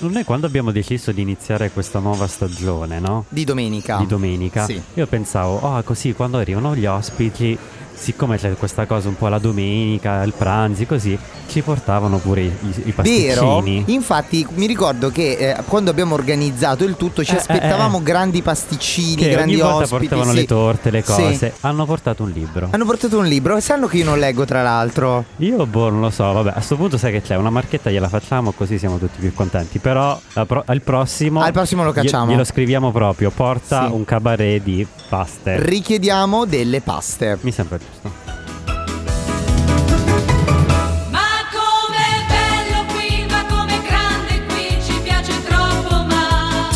Noi quando abbiamo deciso di iniziare questa nuova stagione, no? Di domenica. Di domenica. Ah, Sì. Io pensavo, ah così quando arrivano gli ospiti, siccome c'è questa cosa un po' la domenica, il pranzi, così, ci portavano pure i, i Vero? pasticcini. Infatti mi ricordo che eh, quando abbiamo organizzato il tutto ci Eh, eh, aspettavamo eh. grandi pasticcini, Che grandi ogni volta ospiti. portavano sì. le torte, le Sì. cose. Hanno portato un libro. Hanno portato un libro, sanno che io non leggo tra l'altro. Io boh, non lo so, vabbè, a questo punto sai che c'è, una marchetta gliela facciamo così siamo tutti più contenti, però la pro- al prossimo... Al prossimo lo glie- cacciamo. Glielo scriviamo proprio, porta Sì. un cabaret di paste. Richiediamo delle paste. Mi sembra giusto. Ma com'è bello qui, ma com'è grande qui, ci piace troppo, ma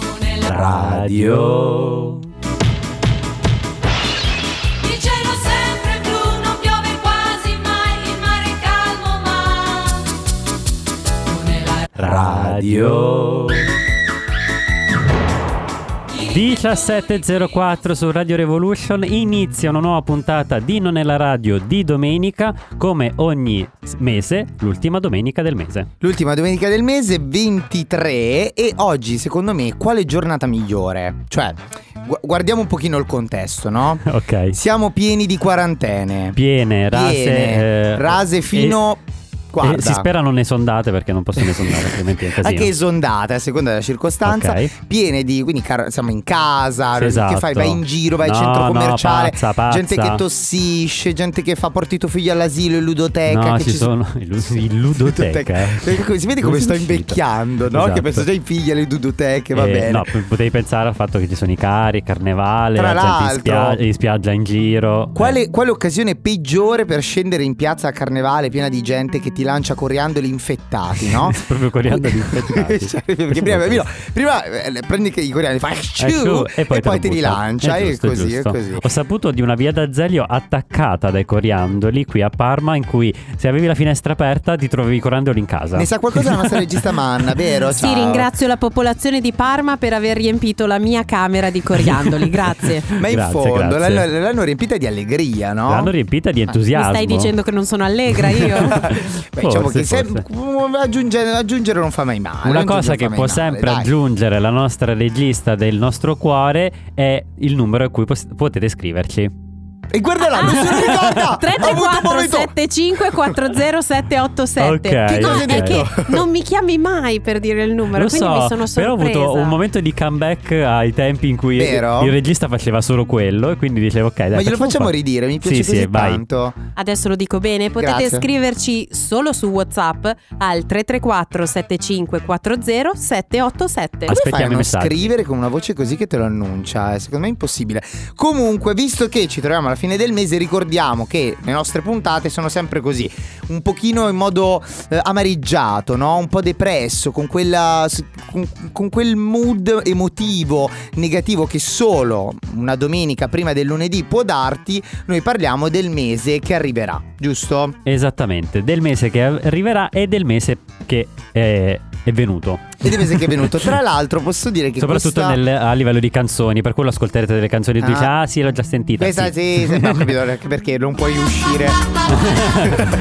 non è la Radio. Il cielo sempre blu, non piove quasi mai, il mare è calmo, ma non è la Radio 17.04 su Radio Revolution inizia una nuova puntata di Non è la radio di domenica come ogni s- mese, l'ultima domenica del mese. L'ultima domenica del mese, 23, e oggi secondo me quale giornata migliore? Cioè, gu- guardiamo un pochino il contesto, no? Ok. Siamo pieni di quarantene. Piene, rase, Piene, eh, rase fino... e- e guarda. si Ah, spera non esondate perché non possono esondare, altrimenti è un casino. Anche esondate a seconda della circostanza, Ok. piene di quindi car- siamo in casa, Sì, che esatto. fai? Vai in giro, vai al No, centro no, commerciale, pazza, pazza. gente che tossisce, gente che fa porti tuo figlio all'asilo in ludoteca. No, che ci sono il lu- il ludoteca. Perché come- Si vede come Non sto sono uscito. invecchiando, no? Che Esatto. penso già ai figli alle ludoteche, va Eh, bene. No, p- potevi pensare al fatto che ci sono i cari, carnevale, Tra la gente in, l'altro- spia- in spiaggia in giro. Quale, quale occasione peggiore per scendere in piazza a carnevale piena di gente che ti lancia coriandoli infettati, no? Proprio coriandoli infettati. Cioè, perché prima, prima, prima, eh, prendi che i coriandoli, fai Eh, "Ciu", ciu, e poi, te lo te li buttano. lancia È giusto, e è così e giusto. Esatto. così. Ho saputo di una via d'Azeglio attaccata dai coriandoli qui a Parma in cui se avevi la finestra aperta ti trovavi i coriandoli in casa. Ne sa qualcosa la nostra regista Manna, vero? Sì, Ciao. ringrazio la popolazione di Parma per aver riempito la mia camera di coriandoli. Grazie. Ma in Grazie, fondo grazie. l'hanno, l'hanno riempita di allegria, no? Ah, L'hanno riempita di entusiasmo. Mi stai dicendo che non sono allegra io? Beh, diciamo Forse, che se- forse. mm, aggiungere, aggiungere non fa mai male. Una aggiungere cosa non che fa mai può male, sempre dai. aggiungere la nostra regista del nostro cuore è il numero a cui pos- potete scriverci. E guarda là, nessuno ricorda! Ho avuto un 334 momento- 75 40787 Ok, Che cosa hai è detto? che non mi chiami mai per dire il numero Lo quindi so, mi sono sorpresa però ho avuto un momento di comeback ai tempi in cui Vero? il regista faceva solo quello e quindi dicevo ok dai Ma glielo facciamo fa- ridire, mi piace Sì, così sì, vai. tanto. adesso lo dico bene potete Grazie. scriverci solo su whatsapp al 334 75 40 787 Aspetta, Come fai a Aspettiamo i non messaggi. scrivere con una voce così che te lo annuncia? Eh, Secondo me è impossibile. Comunque, visto che ci troviamo alla fine del mese, ricordiamo che le nostre puntate sono sempre così, un pochino in modo eh, amareggiato, no? Un po' depresso, con, quella, s- con, con quel mood emotivo negativo che solo una domenica prima del lunedì può darti, noi parliamo del mese che arriverà, giusto? Esattamente, del mese che arriverà e del mese che è, è venuto. E del mese che è venuto. Tra l'altro posso dire che Soprattutto questa... nel- a livello di canzoni, per quello ascolterete delle canzoni e dici Ah. ah sì l'ho già sentita. Questa sì, sì, no, capito, anche perché non puoi uscire.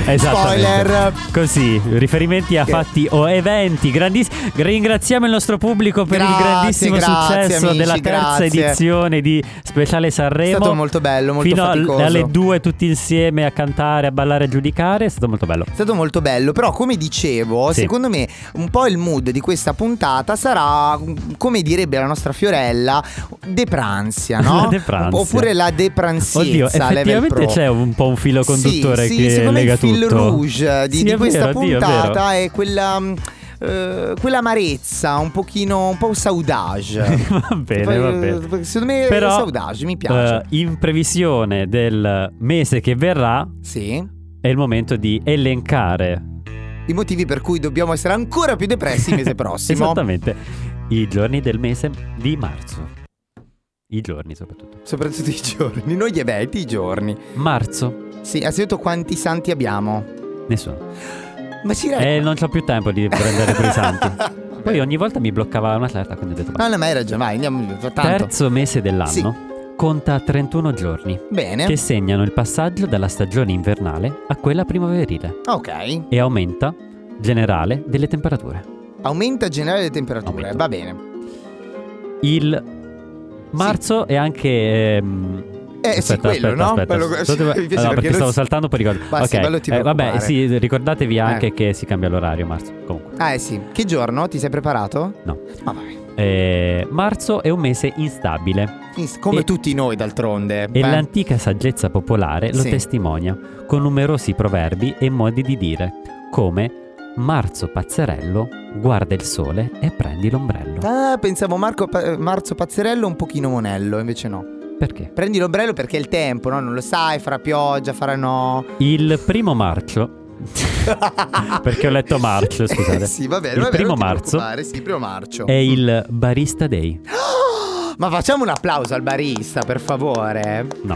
esatto. Spoiler. Così, riferimenti a Che- fatti o eventi grandiss- Ringraziamo il nostro pubblico per il Grazie, grandissimo grazie, successo amici, della terza grazie. edizione di Speciale È Sanremo. stato molto bello, molto Fino al- faticoso. alle due tutti insieme a cantare, a ballare, a giudicare, è stato molto bello. È stato molto bello, però come dicevo, Sì. secondo me un po' il mood di questa puntata sarà, come direbbe la nostra Fiorella, depranzia, no? La depranzia. Oppure la depranzienza. Oddio, level effettivamente pro. c'è un po' un filo conduttore sì, sì, che secondo me lega il fil tutto. rouge Eh, di, Sì, di è questa vero, oddio, è vero. puntata è, quella... mh, eh, quell'amarezza un pochino un po' saudage va bene, va bene. Secondo me Però, saudage, mi piace. eh, in previsione del mese che verrà, sì. è il momento di elencare. I motivi per cui dobbiamo essere ancora più depressi il mese prossimo. Esattamente. I giorni del mese di marzo. I giorni soprattutto. Soprattutto i giorni, non gli eventi, i giorni. Marzo, Sì, hai sentito quanti santi abbiamo? nessuno. Eh. Ma ci re- E non ho più tempo di prendere per i santi. Poi ogni volta mi bloccava una certa, quindi ho detto basta. Ah, No, no, ma hai ragione, vai, andiamo tanto. Terzo mese dell'anno Sì. conta 31 giorni Bene. che segnano il passaggio dalla stagione invernale a quella primaverile Ok. e aumenta generale delle temperature. Aumenta in generale le temperature. Aumenta. Va bene. Il marzo è anche... ehm, Eh, sì, aspetta, quello, aspetta, no? aspetta. Quello- Aspetta, sì, mi piace allora, perché perché non stavo si- saltando poi ricordo. Basta, Ok, bello ti eh, vabbè, preoccupare. sì, ricordatevi anche Eh. che si cambia l'orario marzo. Comunque. Ah, eh sì. Che giorno? Ti sei preparato? No. Ma vabbè. Eh, marzo è un mese instabile Ins- Come E- tutti noi, d'altronde. e Beh. l'antica saggezza popolare lo Sì. testimonia con numerosi proverbi e modi di dire, come Marzo pazzerello, guarda il sole e prendi l'ombrello. Ah, pensavo Marco Pa- Marzo Pazzerello un pochino monello, invece no. Perché? Prendi l'ombrello perché è il tempo, no? Non lo sai, farà pioggia, faranno... Il primo marzo. Perché ho letto marcio, scusate. sì, va bene. Il va bene, primo non ti marzo preoccupare, Sì, primo marzo. È il Barista Day. Ma facciamo un applauso al barista, per favore. No.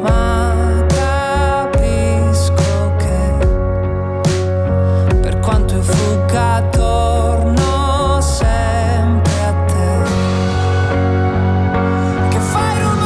ma capisco che per quanto io fuga torno sempre a te che fai rumore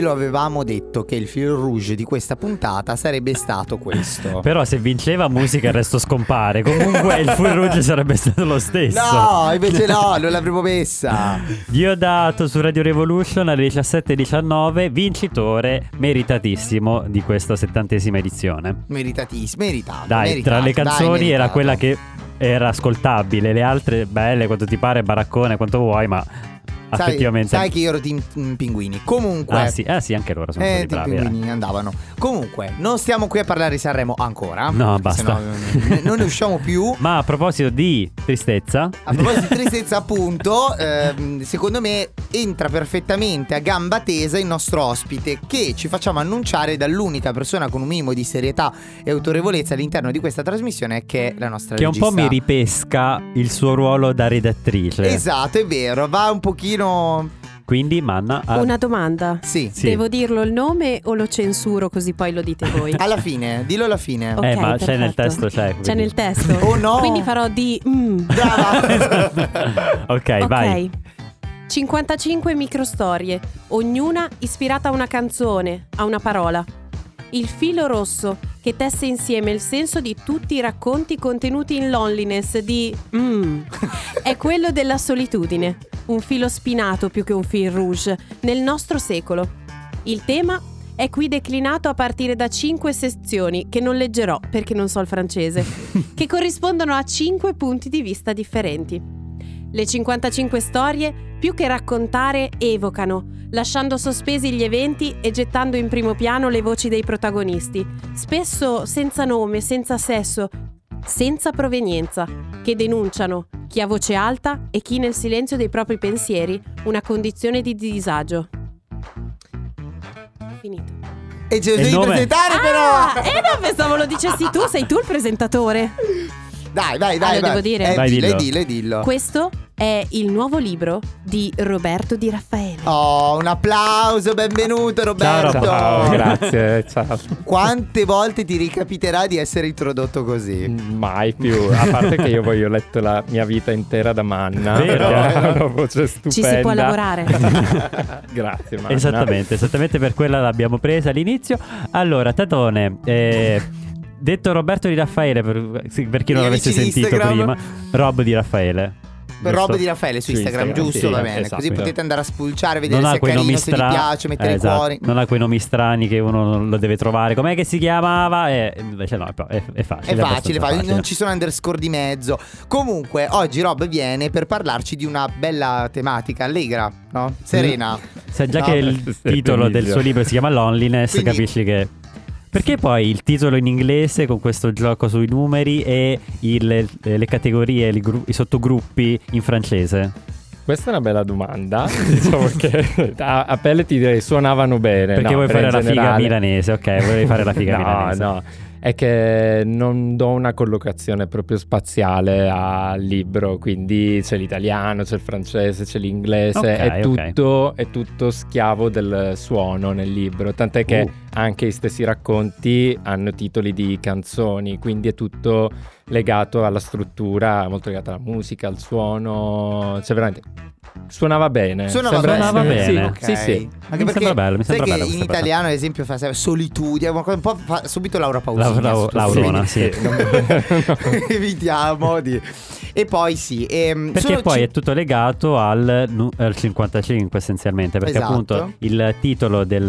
lo avevamo detto che il fil rouge di questa puntata sarebbe stato questo. Però se vinceva musica il resto scompare. Comunque il full rouge sarebbe stato lo stesso. No, invece no, non l'avremmo messa. Diodato su Radio Revolution alle 17.19, vincitore meritatissimo di questa settantesima edizione. Meritatissimo, meritato. Dai, tra meritato, le dai, canzoni era meritato. quella che era ascoltabile, le altre belle quanto ti pare, baraccone quanto vuoi, ma Sai- effettivamente... Sai, che io ero team mm, pinguini. Comunque. ah, sì, ah sì, anche loro sono Eh, stati team bravi. dai. pinguini andavano. Comunque, non stiamo qui a parlare di Sanremo ancora. No, basta. se no, eh, non ne usciamo più. Ma a proposito di tristezza, A proposito di tristezza, appunto, ehm, secondo me entra perfettamente a gamba tesa il nostro ospite che ci facciamo annunciare dall'unica persona con un minimo di serietà e autorevolezza all'interno di questa trasmissione che è la nostra che un regista. po' mi ripesca il suo ruolo da redattrice. Esatto, è vero, va un pochino... Quindi Manna ha... Una domanda. Sì, Ah. Sì. Devo dirlo il nome o lo censuro così poi lo dite voi? alla fine, dillo alla fine. Ok, eh, ma c'è nel perfetto. testo, c'è. C'è quindi. nel testo. Oh, no. Quindi farò di... mm. Brava! ah, ok, ok. vai. 55 microstorie, ognuna ispirata a una canzone, a una parola. Il filo rosso che tesse insieme il senso di tutti i racconti contenuti in Loneliness di mm, è quello della solitudine, un filo spinato più che un fil rouge nel nostro secolo. Il tema è qui declinato a partire da 5 sezioni che non leggerò perché non so il francese che corrispondono a 5 punti di vista differenti. Le 55 storie, più che raccontare, evocano, lasciando sospesi gli eventi e gettando in primo piano le voci dei protagonisti, spesso senza nome, senza sesso, senza provenienza, che denunciano, chi a voce alta e chi nel silenzio dei propri pensieri, una condizione di disagio. Finito. E ce lo E il devi nome? presentare Ah, però! eh no, pensavo lo dicessi tu, sei tu il presentatore. Dai, vai, dai, Ah, lo vai. devo dire? Eh, Vai, dillo, dillo. dillo, dillo. Questo è il nuovo libro di Roberto Di Raffaele. Oh, un applauso, benvenuto Roberto. Roberto. grazie, ciao. Quante volte ti ricapiterà di essere introdotto così? Mm, Mai più, a parte che io poi ho letto la mia vita intera da Manna, Vero? perché ha una voce stupenda. Ci si può lavorare. Grazie Manna. Esattamente, esattamente per quella l'abbiamo presa all'inizio. Allora, Tatone, eh, detto Roberto di Raffaele, per, sì, per chi non Gli l'avesse amici di sentito Instagram. prima, Rob di Raffaele. Per giusto? Rob di Raffaele su Su Instagram, Instagram, giusto? sì, va bene. esatto. Così potete andare a spulciare, vedere Eh, Non se ha è quei carino, nomi eh, esatto. se vi strani. piace, mettere i cuori. Non ha quei nomi strani che uno non lo deve trovare. Com'è che si chiamava? Eh, invece no, è, è facile. È abbastanza facile, facile, eh. non ci sono underscore di mezzo. Comunque, oggi Rob viene per parlarci di una bella tematica, allegra, no? Serena. Sai già No, che beh, il se titolo del penizia. suo libro si chiama Loneliness, Quindi- capisci che... Perché poi il titolo in inglese con questo gioco sui numeri e il- le categorie, il gru- i sottogruppi in francese? Questa è una bella domanda, diciamo che a, a pelle ti direi suonavano bene. Perché no, vuoi però fare in la figa generale- milanese, ok, volevi fare la figa no, milanese. No, è che non do una collocazione proprio spaziale al libro, quindi c'è l'italiano, c'è il francese, c'è l'inglese, Ok, è, ok. tutto, è tutto schiavo del suono nel libro, tant'è che Uh. anche i stessi racconti hanno titoli di canzoni, quindi è tutto legato alla struttura, molto legato alla musica, al suono, cioè veramente... Suonava bene. Suonava Sembra- Suonava bene. Sì, Eh, bene. Sì, sì. Mi Anche perché sembra bello, mi sai sembra che bello in questa cosa. italiano, ad esempio, fa sempre solitudine, una cosa un po' fa subito Laura Pausini. Laura- su- Laurona, sì. Evitiamo di... E poi sì. ehm, Perché sono poi ci- è tutto legato al, nu- al 55 essenzialmente, perché Esatto. appunto il titolo del,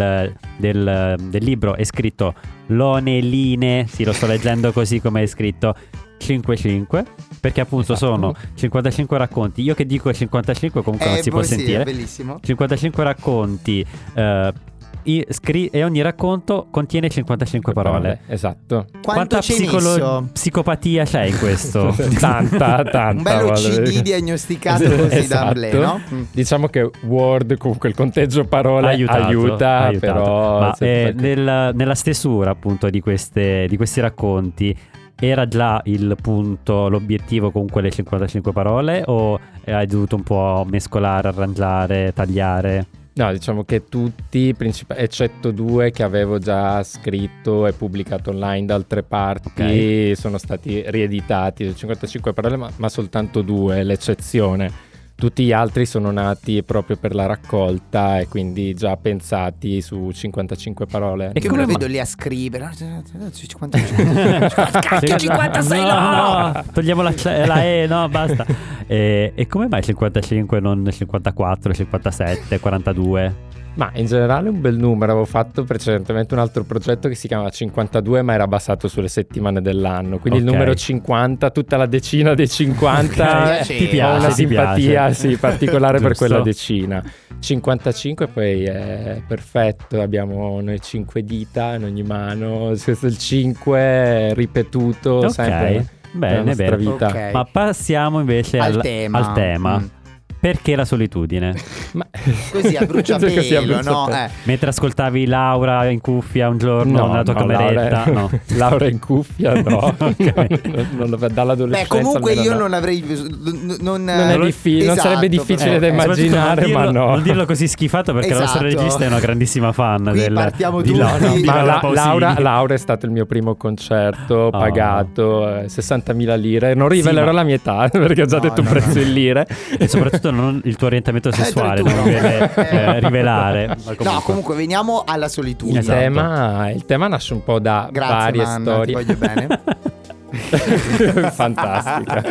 del- del libro è scritto Loneline, sì lo sto leggendo così come è scritto, 55, perché appunto Esatto. sono 55 racconti, io che dico 55 comunque Eh, non si può boh, sì, sentire, È bellissimo. 55 racconti eh, i- scri- e ogni racconto contiene 55 parole. Esatto. Quanto Quanta c'è psicolo- messo? psicopatia c'è in questo? tanta, Ah, tanta. Un bello guarda, CD perché- diagnosticato così da Esatto. Amblè, no? Mm. Diciamo che Word comunque il conteggio parole Ha aiutato, Eh, aiuta, ha aiutato. però Ma, sempre- eh, nel- nella stesura appunto di, queste- di questi racconti era già il punto, l'obiettivo con quelle 55 parole o hai dovuto un po' mescolare, arrangiare, tagliare? no, diciamo che tutti, princip- eccetto due che avevo già scritto e pubblicato online da altre parti, sono stati rieditati 55 parole, ma, ma soltanto due, l'eccezione. Tutti gli altri sono nati proprio per la raccolta e quindi già pensati su 55 parole. E Io me come lo mai? vedo lì a scrivere. 55. Cacchio, 56 no! Ah, no! Togliamo la, C- la E, no, basta. E, e come mai 55 non 54, 57, 42? Ma in generale è un bel numero, avevo fatto precedentemente un altro progetto che si chiamava 52 ma era basato sulle settimane dell'anno, quindi Ok. il numero 50, tutta la decina dei 50 Ok, eh, sì, ti ho piace, una ti simpatia piace. sì, particolare per Giusto. quella decina. 55 poi è perfetto, abbiamo noi 5 dita in ogni mano, questo è il 5 ripetuto Ok, Oh, sempre nella Bene, nostra bene. vita. Ok. Ma passiamo invece Al al, tema. al tema. Mm. Perché la solitudine? Ma... Così Così a a bruciapelo, no? bruciapelo. Eh. Mentre ascoltavi Laura in cuffia un giorno nella tua cameretta, Laura, no. Laura in cuffia, no. Ok. non, non, non- dall'adolescenza Beh, comunque almeno io no. non avrei. Non, non, eh, esatto, Non è diffi- non sarebbe difficile da però- immaginare. Soprattutto Immaginare, non dirlo, ma no. non dirlo così schifato perché la nostra Esatto. regista è una grandissima fan Qui del, partiamo di tutti. Laura, No, di Ma Laura la- Pausini. Laura, Laura è stato il mio primo concerto Oh. pagato, eh, 60.000 lire. Non rivelerò ma- la mia età perché ho già No, detto un no, prezzo no. in lire. E soprattutto non il tuo orientamento sessuale non addirittura. deve eh, Eh. rivelare. ma No, comunque veniamo alla Il, solitudine. Esatto. tema, il tema nasce un po' da Grazie, varie Nanna, storie. ti voglio bene. Fantastica.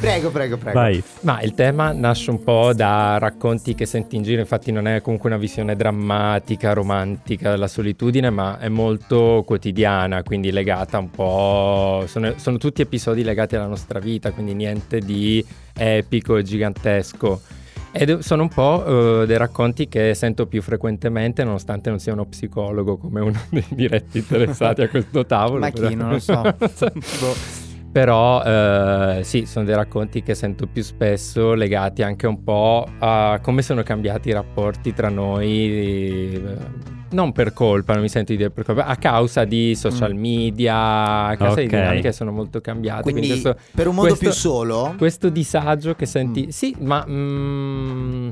prego, prego, prego. Vai. Ma il tema nasce un po' da racconti che senti in giro, infatti non è comunque una visione drammatica, romantica della solitudine, ma è molto quotidiana, quindi legata un po'... Sono, sono tutti episodi legati alla nostra vita, quindi niente di epico e gigantesco. Ed sono un po' eh, dei racconti che sento più frequentemente, nonostante non sia uno psicologo come uno dei diretti interessati a questo tavolo. Ma chi? Non lo so. Boh. Però eh, sì, sono dei racconti che sento più spesso legati anche un po' a come sono cambiati i rapporti tra noi, eh, non per colpa, non mi sento di dire per colpa, a causa di social Mm. media, a causa di Ok. dinamiche che sono molto cambiate. Quindi, questo, per un modo questo- più solo. questo disagio che senti, Mm. sì, ma mm,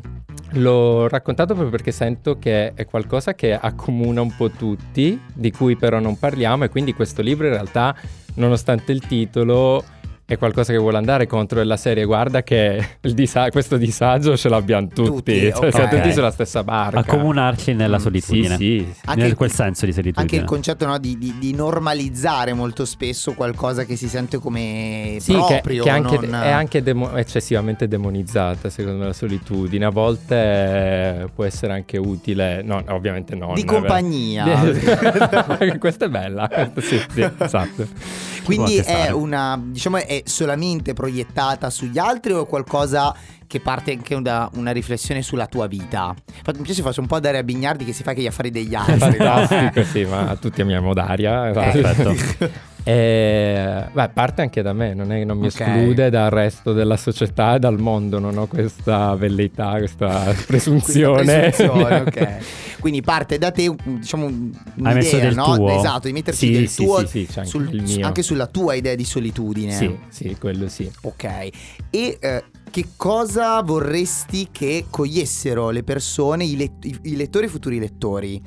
l'ho raccontato proprio perché sento che è qualcosa che accomuna un po' tutti, di cui però non parliamo e quindi questo libro in realtà, nonostante il titolo, è qualcosa che vuole andare contro della serie. Guarda che il disa- questo disagio ce l'abbiamo tutti, Tutti, cioè, siamo ok. tutti sulla stessa barca. Accomunarci nella Mm, solitudine. Sì, sì. Anche nel il- quel senso di Anche Esatto. solitudine. il concetto no, di, di- di normalizzare molto spesso qualcosa che si sente come Sì, che, proprio. che anche- non- è anche demo- eccessivamente demonizzata, secondo me, la solitudine. A volte eh, può essere anche utile, no, ovviamente no. Di non è vero. compagnia. questa è bella. questa Sì, sì, esatto. Quindi Ci può anche è stare. una, diciamo, è solamente proiettata sugli altri o è qualcosa che parte anche da una riflessione sulla tua vita? Infatti, mi piace faccio un po' dare a Bignardi che si fa che gli affari degli È altri. fantastico, sì, ma tutti amiamo Daria. esatto. Perfetto. E, beh, parte anche da me, non, è- non mi Ok. esclude dal resto della società e dal mondo, non ho questa velleità, questa presunzione. Questa presunzione, ok. Quindi parte da te, diciamo, un'idea, Hai messo del no? tuo? Esatto, di mettersi Sì, del sì, tuo sì, sì, c'è anche il mio. anche sulla tua idea di solitudine. Sì, sì, quello sì. Ok. E eh, che cosa vorresti che cogliessero le persone, i, let- i- i lettori e i futuri lettori?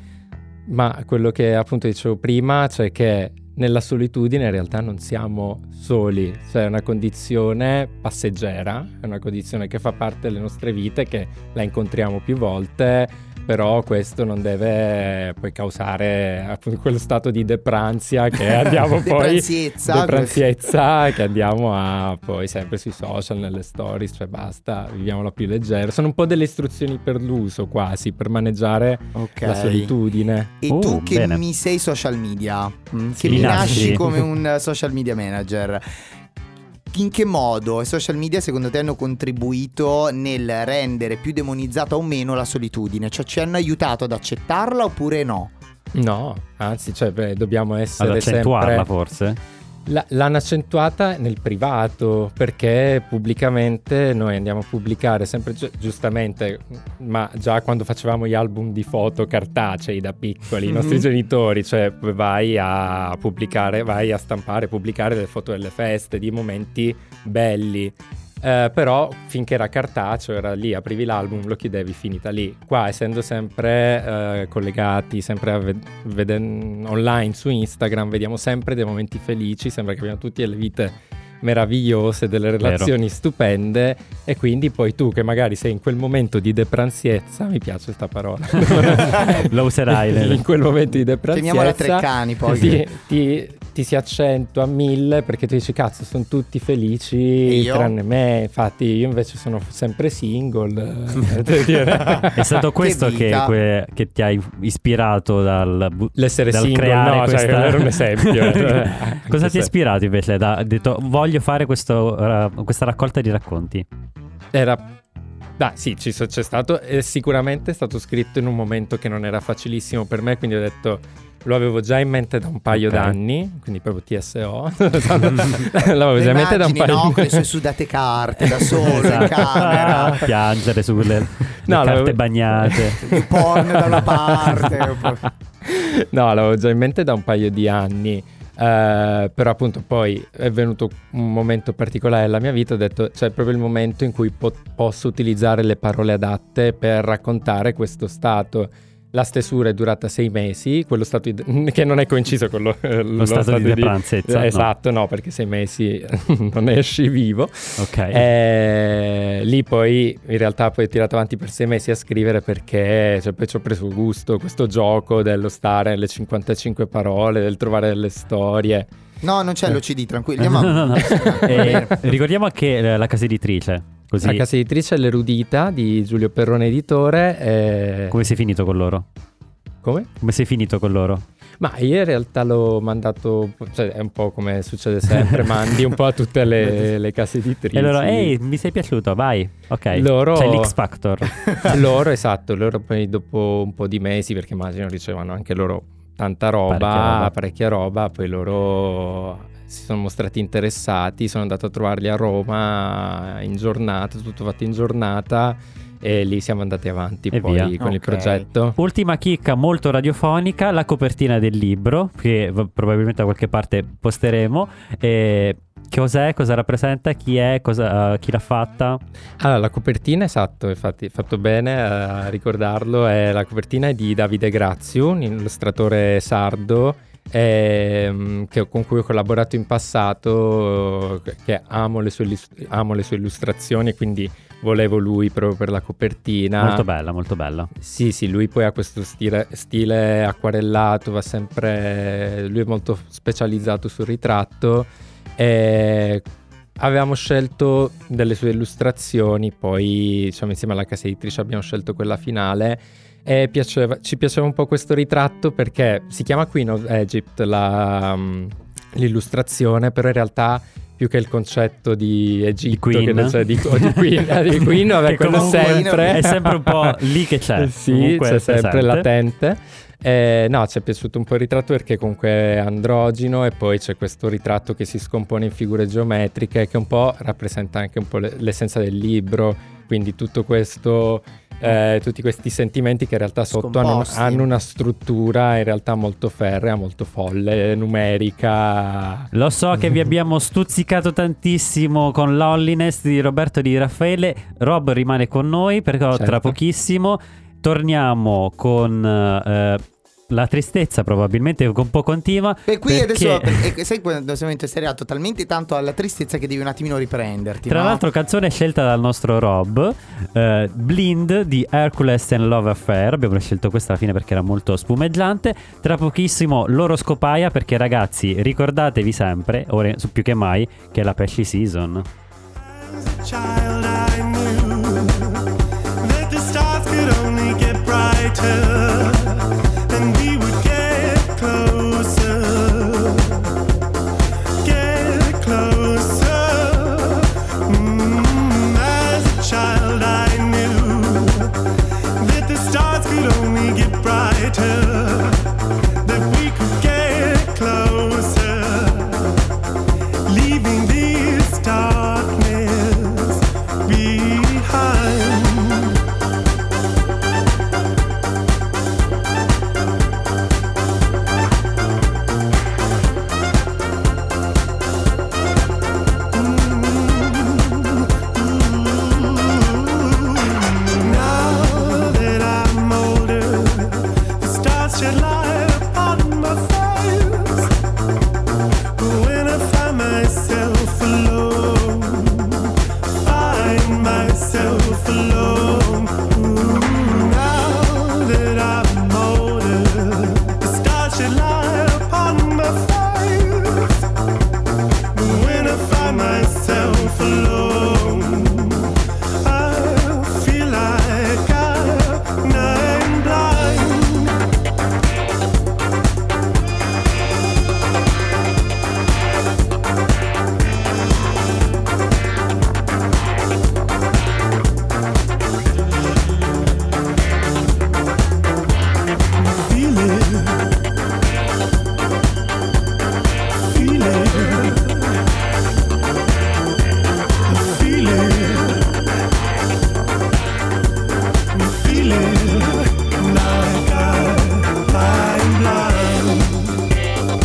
Ma quello che appunto dicevo prima, cioè che nella solitudine in realtà non siamo soli, cioè è una condizione passeggera, è una condizione che fa parte delle nostre vite, che la incontriamo più volte, però questo non deve eh, poi causare appunto quello stato di depranzia che andiamo poi... Depranziezza. Depranziezza che andiamo a poi sempre sui social, nelle stories, cioè basta, viviamola più leggera. Sono un po' delle istruzioni per l'uso quasi, per maneggiare Ok. la solitudine. E Oh, tu che bene. mi sei social media, mm, Sì. che mi Mi nasci nasci. come un eh, social media manager. In che modo i social media secondo te hanno contribuito nel rendere più demonizzata o meno la solitudine? Cioè ci hanno aiutato ad accettarla oppure no? No, anzi, cioè, beh, dobbiamo Ad essere accentuarla sempre... forse? La- l'hanno accentuata nel privato, perché pubblicamente noi andiamo a pubblicare sempre gi- giustamente, ma già quando facevamo gli album di foto cartacei da piccoli, i nostri Mhm. genitori, cioè vai a pubblicare, vai a stampare, pubblicare delle foto delle feste, di momenti belli. Eh, però finché era cartaceo era lì, aprivi l'album, lo chiudevi, finita lì. Qua essendo sempre eh, collegati, sempre a ved- vede- online su Instagram, vediamo sempre dei momenti felici, sembra che abbiamo tutte le vite meravigliose, delle relazioni stupende e quindi poi tu che magari sei in quel momento di depranziezza, mi piace questa parola, La userai, Lele. in quel momento di depranziezza Chiamiamola Treccani poi. Ti, ti- ti si accentua a mille perché tu dici cazzo sono tutti E felici io? tranne me, infatti io invece sono sempre single. eh, devo dire. È stato Che questo che, vita. que- che ti ha ispirato dal, bu- L'essere dal single, no, creare cioè, questa... era un esempio. eh. Cosa ti Anche ha se- ispirato invece? Da- Hai detto voglio fare questo, eh, questa raccolta di racconti. Era. Dai, sì, ci so- c'è stato. E sicuramente è stato scritto in un momento che non era facilissimo per me, quindi ho detto. Lo avevo già in mente da un paio Ok. d'anni, quindi proprio TSO. L'avevo già in mente da un Immagini, paio no? Con le sue sudate carte da solo in Esatto. camera. Piangere sulle le No, carte l'avevo- bagnate. Esatto. più porno da una parte. un po'. No, l'avevo già in mente da un paio di anni. eh, però appunto poi è venuto un momento particolare nella mia vita, ho detto c'è proprio il momento in cui po- posso utilizzare le parole adatte per raccontare questo stato. La stesura è durata sei mesi, quello stato id- che non è coinciso con lo, eh, lo stato di depranzezza, no. Esatto, no, perché sei mesi non esci vivo. Ok. Eh, lì poi in realtà poi ho tirato avanti per sei mesi a scrivere perché cioè, poi ci ho preso gusto questo gioco dello stare alle 55 parole, del trovare delle storie. Eh. No, non c'è l'OCD, tranquilli. Eh. No, no, no. andiamo avanti. Eh, ricordiamo anche eh, la casa editrice. Così La casa editrice è L'Erudita di Giulio Perrone Editore. eh, come sei finito con loro? Come? Come sei finito con loro? Ma io in realtà l'ho mandato, cioè è un po' come succede sempre, mandi un po' a tutte le, le case editrici. E loro, ehi, mi sei piaciuto, vai. Ok. Loro- C'è l'X Factor. loro, esatto, loro poi dopo un po' di mesi, perché immagino ricevano anche loro tanta roba, Parecchia parecchia roba. roba, poi loro si sono mostrati interessati, sono andato a trovarli a Roma in giornata, tutto fatto in giornata e lì siamo andati avanti E poi via. con il Ok. progetto. Ultima chicca molto radiofonica, la copertina del libro, che v- probabilmente da qualche parte posteremo. E cos'è, cosa rappresenta, chi è, cosa- eh, chi l'ha fatta. Allora, la copertina, esatto, infatti, fatto bene a ricordarlo, è la copertina è di Davide Grazio, un illustratore sardo ehm, che- con cui ho collaborato in passato, eh, che amo le sue, illus- amo le sue illustrazioni, quindi volevo lui proprio per la copertina. Molto bella, molto bella. Sì, sì, lui poi ha questo stile, stile acquarellato, va sempre... lui è molto specializzato sul ritratto e avevamo scelto delle sue illustrazioni, poi diciamo insieme alla casa editrice abbiamo scelto quella finale e piaceva- ci piaceva un po' questo ritratto perché si chiama Queen of Egypt la, mm, l'illustrazione, però in realtà più che il concetto di Egitto Queen. che c'è di, o di Queen, eh, di Queen, vabbè, Che quello comunque sempre Eh è sempre un po' lì che c'è, sì, comunque esatto. è c'è sempre presente. latente. Eh, no, ci è piaciuto un po' il ritratto perché comunque è androgino e poi c'è questo ritratto che si scompone in figure geometriche che un po' rappresenta anche un po' le- l'essenza del libro, quindi tutto questo, eh, tutti questi sentimenti che in realtà sotto hanno, Scomposti. hanno una struttura in realtà molto ferrea, molto folle, numerica. Lo so che vi abbiamo stuzzicato tantissimo con l'Holliness di Roberto e di Raffaele. Rob rimane con noi perché tra Certo. pochissimo torniamo con eh, la tristezza probabilmente un po' continua. E qui perché- adesso per- e- sai quando siamo interessati talmente tanto alla tristezza che devi un attimino riprenderti. Tra no? l'altro canzone scelta dal nostro Rob, eh, Blind di Hercules and Love Affair, abbiamo scelto questa alla fine perché era molto spumeggiante, tra pochissimo l'oroscopaia perché ragazzi ricordatevi sempre, ora su più che mai, che è la pesci season. child I knew that the stars could only get brighter and we would get closer get closer Mm, as a child I knew that the stars could only get brighter that we could get closer leaving this darkness behind. myself alone. I feel like I'm blind. Feel it. Feel it. Feel it. Feel it. Like I, I'm blind.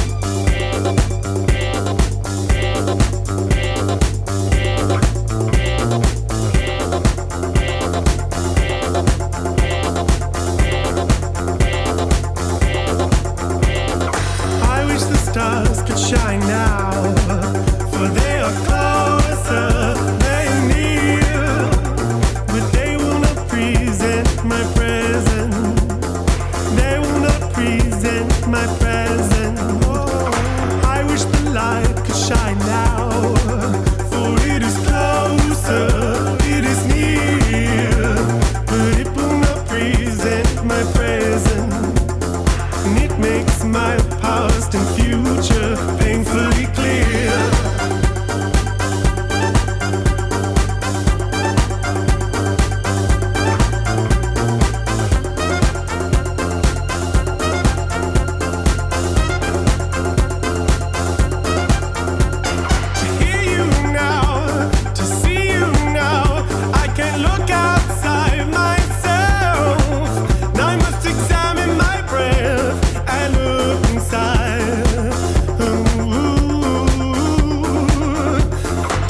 I wish the stars could shine now, for they are closer, they are near, but they will not present my present. They will not present my present. Oh, I wish the light could shine now, for it is closer, it is near, but it will not present my present and it makes my past and future painfully clear. To hear you now, to see you now, I can look outside myself. I must examine my breath and look inside.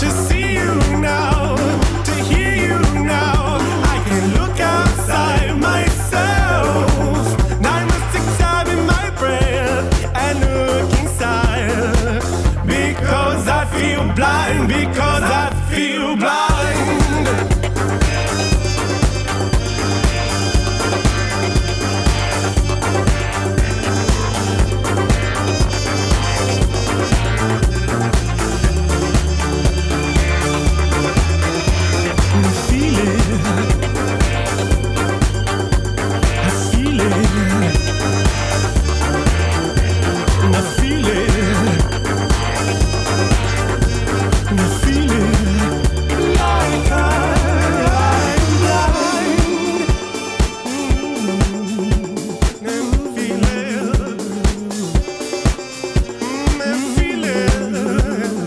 To see you now, to hear you now, I can look outside myself. I must examine my breath and look inside. Because I feel blind, because I feel blind. Feel it. I feel it. I feel it. I feel it. Like I'm blind. I feel it. I feel it. I feel it.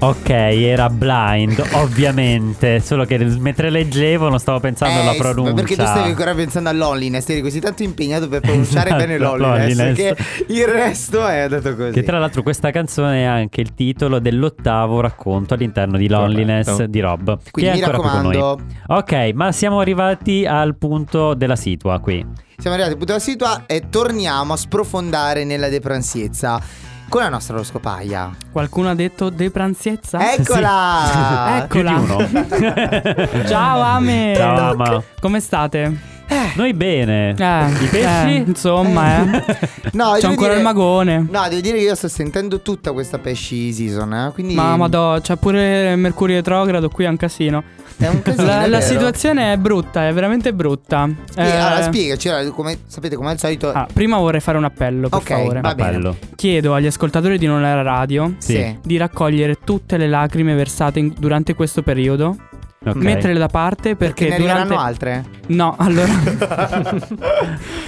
Ok, era blind, ovviamente. Solo che mentre leggevo non stavo pensando alla Eh, ma pronuncia. Perché tu stavi ancora pensando all'Holliness, eri così tanto impegnato per pronunciare Esatto, bene l'Holliness l'Holliness. che il resto è andato così. Che tra l'altro questa canzone è anche il titolo dell'ottavo racconto all'interno di Loneliness Corretto. di Rob. che è Quindi mi ancora qui con noi. raccomando, Ok, ma siamo arrivati al punto della situa qui. siamo arrivati al punto della situa e torniamo a sprofondare nella depransiezza con la nostra roscopaia. Qualcuno ha detto depranziezza? Eccola! Ecco. Eccola. Più di uno. Ciao Ame! Ciao Ama. Eh, Come state? Noi bene. Eh, I pesci? eh, insomma, eh. No, C'è devo ancora dire- il magone. No, devo dire che io sto sentendo tutta questa pesci season, eh, quindi Ma madò, c'è pure Mercurio retrogrado, qui è un casino. è un casino. la, è la vero. situazione è brutta, è veramente brutta. Spie- Eh, allora, spiegaci, allora, come, sapete come al solito... ah, prima vorrei fare un appello, per Certo. Ok, favore. va bene. Bello. Chiedo agli ascoltatori di Non Era Radio Sì. di raccogliere tutte le lacrime versate in- durante questo periodo Ok. metterle da parte perché, ne arriveranno durante... altre? No, allora.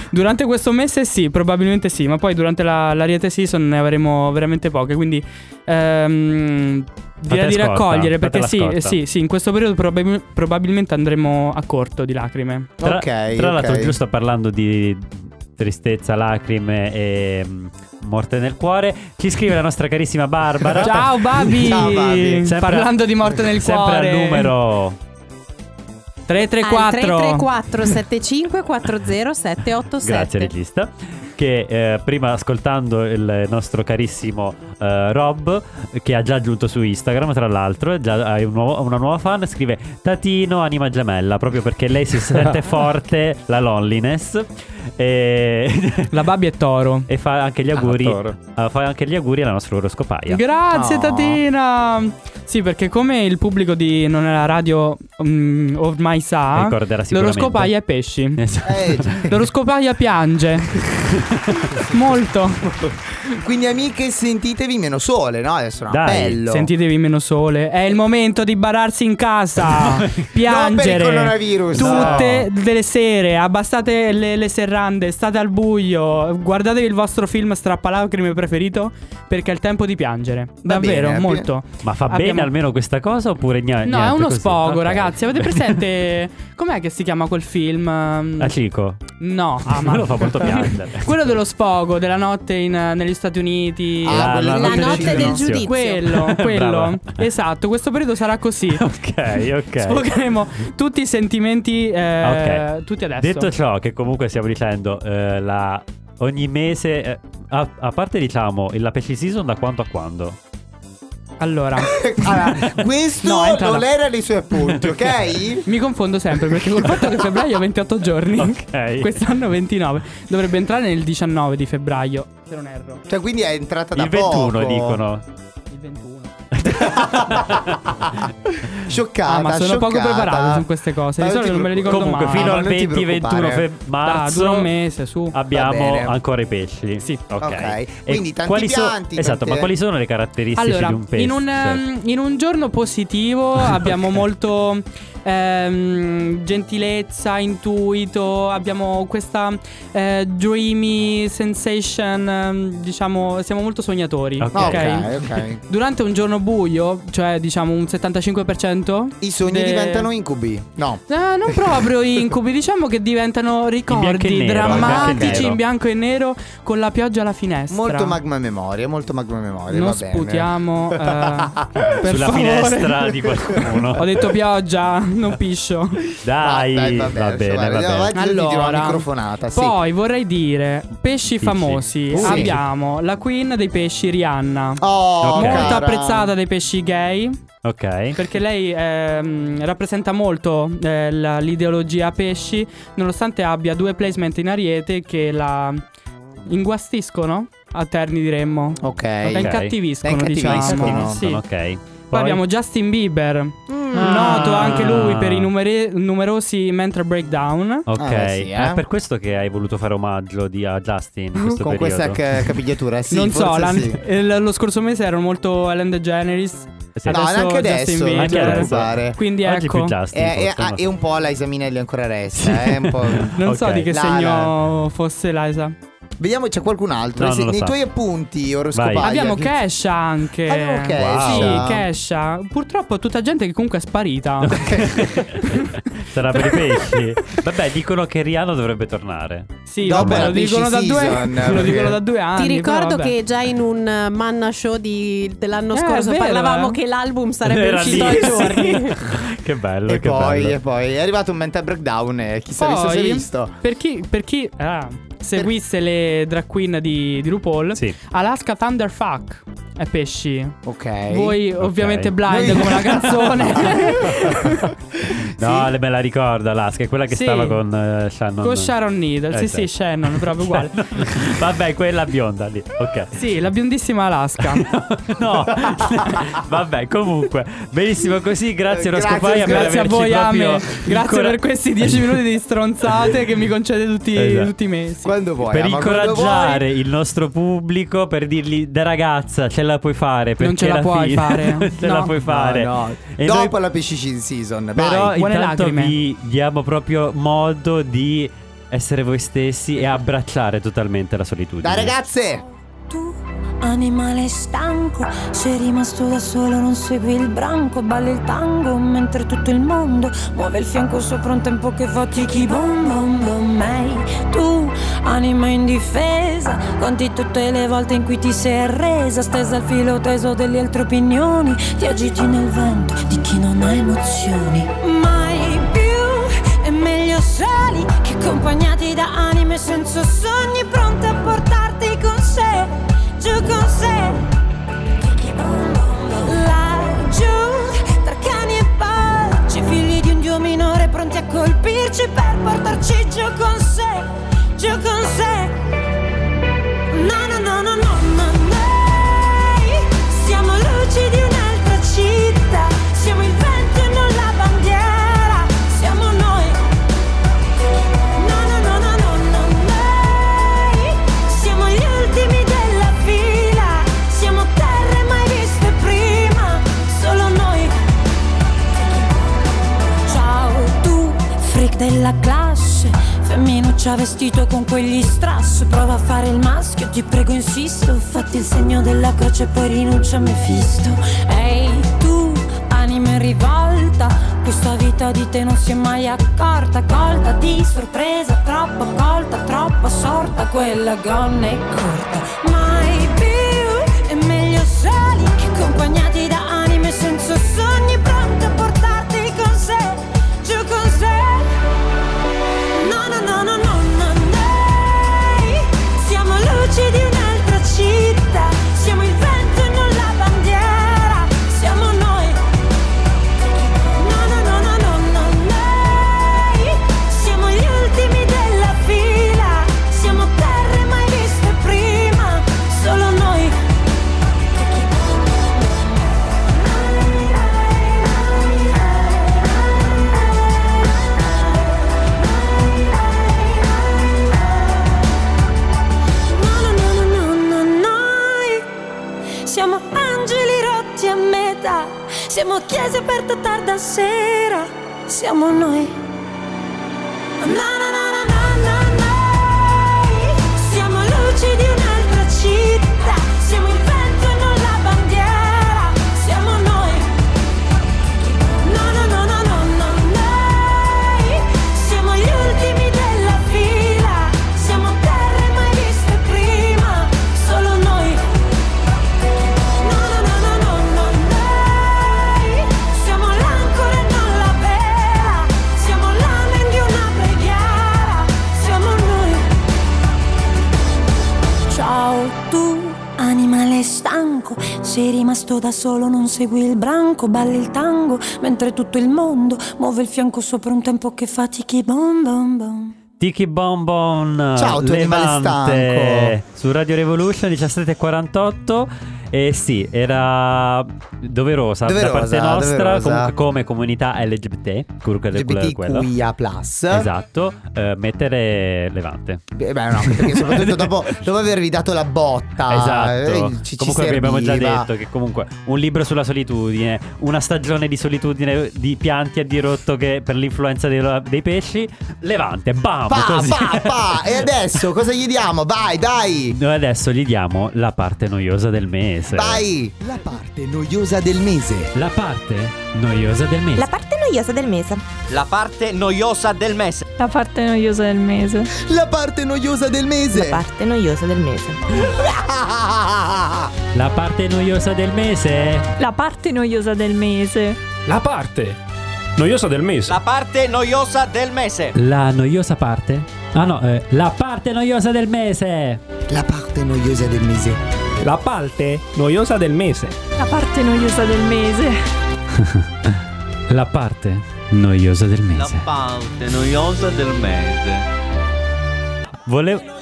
durante questo mese sì, probabilmente sì, ma poi durante la, la Riete Season ne avremo veramente poche, quindi ehm, direi di la scorta, raccogliere fate perché la sì, eh, scorta. sì, sì, in questo periodo probabil- probabilmente andremo a corto di lacrime. Tra, ok, tra l'altro, ok. giusto parlando di tristezza, lacrime e mm, morte nel cuore, ci scrive la nostra carissima Barbara. Ciao Babi! Ciao, Babi. Sempre- Parlando di morte nel Sempre cuore. al numero 334. 334 75 40 787 Grazie regista. Che eh, prima ascoltando il nostro carissimo eh, Rob, che ha già aggiunto su Instagram, tra l'altro, è già ha un nuovo- una nuova fan, scrive Tatino Anima Gemella, proprio perché lei si sente forte la loneliness. E, La Babi è toro. e fa anche gli auguri. Ah, Toro. eh, fa anche gli auguri alla nostra oroscopaia. Grazie Oh. Tatina. Sì, perché come il pubblico di Non è la radio mm, ormai sa, Ricorderà sicuramente. l'oroscopaia è pesci. Esatto. Eh, già. L'oroscopaia piange. Molto. Quindi amiche sentitevi meno sole, no? Adesso no, Dai, bello. Sentitevi meno sole. È il momento di bararsi in casa. piangere. No, per il coronavirus. Tutte le sere, abbassate le, le serrande, state al buio, guardatevi il vostro film strappalacrime preferito perché è il tempo di piangere. Va Davvero, bene, molto. Ma fa Abbiamo- bene almeno questa cosa oppure gna- Eh, niente? No, è uno così? sfogo, Ok. ragazzi. Avete presente. Com'è che si chiama quel film? La Cico. No, ah, ma- Quello fa molto piangere. Quello dello sfogo, della notte in- negli Stati Uniti. Ah, La- quello la lì notte del del giudizio. giudizio. Quello, quello. Brava. esatto, questo periodo sarà così. ok, ok. Sfogheremo tutti i sentimenti. eh, Ok. Tutti adesso. Detto ciò, che comunque stiamo dicendo, eh, la- ogni mese, eh, a, a parte diciamo la PC season da quando a quando? Allora, Allora, questo No, entra non la- era nei suoi appunti, ok? mi confondo sempre perché col fatto che febbraio ha 28 giorni, Ok. quest'anno 29, dovrebbe entrare nel 19 di febbraio. Se non erro, Cioè, quindi è entrata da Il 21 poco. dicono. il 21. Scioccata, Ah, ma sono poco scioccata. preparato su queste cose, di Ma non solito ti non me le ricordo Comunque mai. fino Ma al non ti 20-21 preoccupare. fe- Da, marzo dura un mese, su. abbiamo bene. ancora i pesci. Sì. ok. Ok, E quindi tanti quali so- pianti, Esatto, tante- ma quali sono le caratteristiche Allora, di un pesce? in un, ehm, in un giorno positivo abbiamo molto ehm, gentilezza, intuito, abbiamo questa eh, dreamy sensation, ehm, diciamo, siamo molto sognatori. Ok. No, ok, ok. Durante un giorno buio, cioè diciamo un 75%, I sogni de- diventano incubi. No. eh, non proprio incubi, diciamo che diventano bianco e ricordi nero, in bianco e drammatici nero. in bianco e nero con la pioggia alla finestra. Molto magma memoria, molto magma memoria. Non va bene. sputiamo eh, per Sulla favore. finestra di qualcuno. Ho detto pioggia, non piscio. Dai, Ah, dai, va, adesso, bene, guarda, va bene. andiamo avanti, io ti tiro Allora, la microfonata, sì. Poi vorrei dire pesci Dici. famosi. Sì. Abbiamo la queen dei pesci Rihanna. Oh, Ok. Molto cara. apprezzata dai pesci gay Ok. perché lei ehm, rappresenta molto eh, la- l'ideologia pesci, nonostante abbia due placement in ariete che la inguastiscono a terni diremmo. Ok. La Ok. incattiviscono, La incattiviscono. diciamo. Sì. Sì. Ok. Poi, Poi abbiamo Justin Bieber, Mm. noto anche lui per i numere- numerosi mental breakdown. Ah. Ok, Ah, beh, sì, eh. è per questo che hai voluto fare omaggio di, a Justin in questo Con periodo. questa ca- capigliatura, sì, non so, forse l'an- sì. eh, lo scorso mese erano molto Ellen DeGeneres. Sì. No, neanche adesso, Justin Anche Bieber. adesso. preoccupare. Quindi Oggi ecco, più Justin. E, e- forse, non Eh, ah, e so. un po' la esaminelli ancora resta. eh, un po'. non so Ok. di che La- segno fosse Liza. Vediamo, c'è qualcun altro. No, Se- non lo nei so. tuoi appunti oroscopali. Vai. Abbiamo Kesha anche. Abbiamo Kesha. Wow. Sì, Kesha. Purtroppo è tutta gente che comunque è sparita. Sarà per i pesci. Vabbè, dicono che Rihanna dovrebbe tornare. Sì, Dopo vabbè, la lo dicono, da beach due, season, lo dicono perché- da due anni. Ti ricordo però vabbè. che già in un eh, Manna Show di- dell'anno Eh, scorso è vero, parlavamo eh. che l'album sarebbe Era uscito lì, a giorni. sì. che bello, E che poi, bello. e poi è arrivato un mental breakdown. eh, Chissà visto se hai Poi, visto. Per chi, per chi ah, seguisse le drag queen di, di RuPaul, Sì. Alaska Thunderfuck è pesci. Ok. Voi ovviamente Ok. blind Noi- come la canzone. No, le- me la ricordo Alaska, è quella che Sì. stava con eh, Shannon. Con Sharon Needles, sì, Esatto. sì, Shannon, proprio uguale. Vabbè, quella bionda lì. Ok. Sì, la biondissima Alaska. No, vabbè, comunque, benissimo così. Grazie, Eh, Grazie, Roscopaia. per Grazie a averci voi, proprio Ame. Grazie incora- per questi dieci minuti di stronzate che mi concede tutti, Esatto. tutti i mesi. Quando vuoi. Per ama, quando vuoi. incoraggiare il nostro pubblico, per dirgli da ragazza c'è ce la puoi fare perché Non ce la alla puoi fine fare. non ce No. la puoi fare. No, no. E Dopo noi- la pescicin season. Però vai. buone intanto lacrime. vi diamo proprio modo di essere voi stessi e abbracciare totalmente la solitudine. Dai ragazze! Tu, animale stanco, sei rimasto da solo, non segui il branco, balli il tango mentre tutto il mondo muove il fianco sopra un tempo che fa tiki bom bom bom ehi. Tu, anima indifesa, conti tutte le volte in cui ti sei resa, stesa al filo teso delle altre opinioni, ti agiti nel vento di chi non ha emozioni. Mai più, è meglio soli che accompagnati da anime senza sogni pronte a portarti con sé, giù con sé. Laggiù, tra cani e porci, figli di un dio minore pronti a colpirci per portarci giù con sé, giù con sé. No, no, no, no, no, no, noi siamo luci di un'altra città, siamo il vento e non la bandiera, siamo noi. No, no, no, no, no, no, noi siamo gli ultimi della fila, siamo terre mai viste prima, solo noi. Ciao tu, freak della classe, femminuccia vestito con quegli strass, prova a fare il maschio, ti prego insisto, fatti il segno della croce e poi rinuncia a Mefisto. Ehi tu, anima in rivolta, questa vita di te non si è mai accorta, colta di sorpresa, troppo colta, troppo sorta, quella gonna è corta. Mai più è meglio soli che accompagnati da anime senza sogni pronte a portarti con sé, giù con sé. No, no, no, no, no, no, noi siamo luci di un'altra città, siamo il vento e non la bandiera, siamo noi. No, no, no, no, no, no, noi siamo gli ultimi della fila, siamo terre mai viste prima, solo noi. No, no, no, no, no, no, noi siamo angeli rotti a metà, siamo chiese aperte tarda sera, siamo noi. No, no, no, no, no, no, noi siamo luci di un'altra città, siamo il vento e non la bandiera, siamo noi. No, no, no, no, no, no, noi siamo gli ultimi della fila, siamo terre mai viste prima, solo noi. No, no, no, no, no, no, noi siamo l'ancora e non la vela, siamo l'amen di una preghiera, siamo noi. Ciao tu, animale stanco, sei rimasto da solo, non segui il branco, balli il tango, mentre tutto il mondo muove il fianco sopra un tempo che fatichi bom bom bom. Tiki Bon Bon Ciao, tu animale Levante, stanco. su Radio Revolution 17:48 e Eh, sì, era doverosa, da Doverosa, parte nostra doverosa. comunque come comunità LGBT, quello- quello- quello- LGBTQIA+. Esatto, eh, mettere Levante. Beh, beh, no, perché soprattutto dopo, dopo avervi dato la botta, esatto. eh, ci, ci comunque vi abbiamo già serviva. detto che comunque un libro sulla solitudine, una stagione di solitudine di pianti a dirotto che per l'influenza dei, dei pesci, Levante, bam, Pa, così. pa, pa. E adesso cosa gli diamo? Vai, dai! Noi adesso gli diamo la parte noiosa del mese. Vai! La parte noiosa del mese. La parte noiosa del mese. La parte noiosa del mese. La parte noiosa del mese. La parte noiosa del mese. La parte noiosa del mese. Parte noiosa del mese. La parte noiosa del mese. La parte noiosa del mese. La parte noiosa del mese. La parte noiosa del mese. La noiosa parte? Ah no, eh, la parte noiosa del mese. La parte noiosa del mese. La parte noiosa del mese. La parte noiosa del mese. La parte noiosa del La mese. parte noiosa del mese. Volevo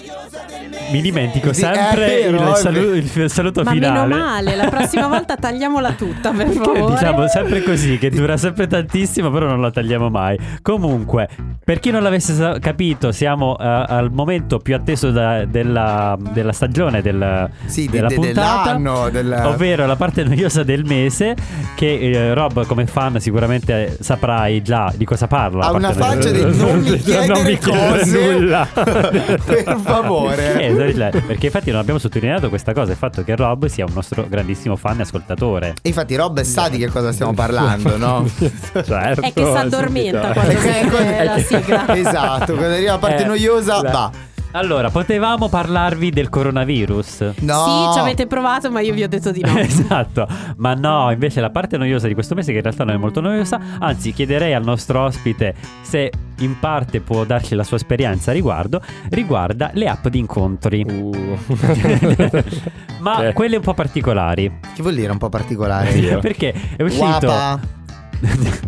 mi dimentico Sì, è sempre vero, il, è salu- vero. il saluto Ma finale. meno male, la prossima volta tagliamola tutta, per Che favore. diciamo sempre così, che dura sempre tantissimo, però non la tagliamo mai. Comunque, per chi non l'avesse sa- capito, siamo eh, al momento più atteso da- della, della stagione, del- Sì, de- della de- puntata, dell'anno, eh. del- ovvero la parte noiosa del mese, che eh, Rob come fan sicuramente saprai già di cosa parla. Ha la una parte faccia di noiosa- non mi chiedere Non mi chiedere cose. nulla. per favore. Eh, Darile, perché infatti non abbiamo sottolineato questa cosa, il fatto che Rob sia un nostro grandissimo fan e ascoltatore. Infatti Rob sa di che cosa stiamo parlando, no? Certo, È che si addormenta quando Ecco, sente ecco, Eh, la ecco. sigla. Esatto, quando arriva la parte Eh, noiosa, la- va. Allora, potevamo parlarvi del coronavirus? No. Sì, ci avete provato, ma io vi ho detto di no. Esatto, ma no, invece la parte noiosa di questo mese che in realtà non è molto noiosa, anzi chiederei al nostro ospite se in parte può darci la sua esperienza a riguardo, riguarda le app di incontri, Uh. ma Ok. quelle un po' particolari, Che vuol dire un po' particolare? perché è uscito... Guapa.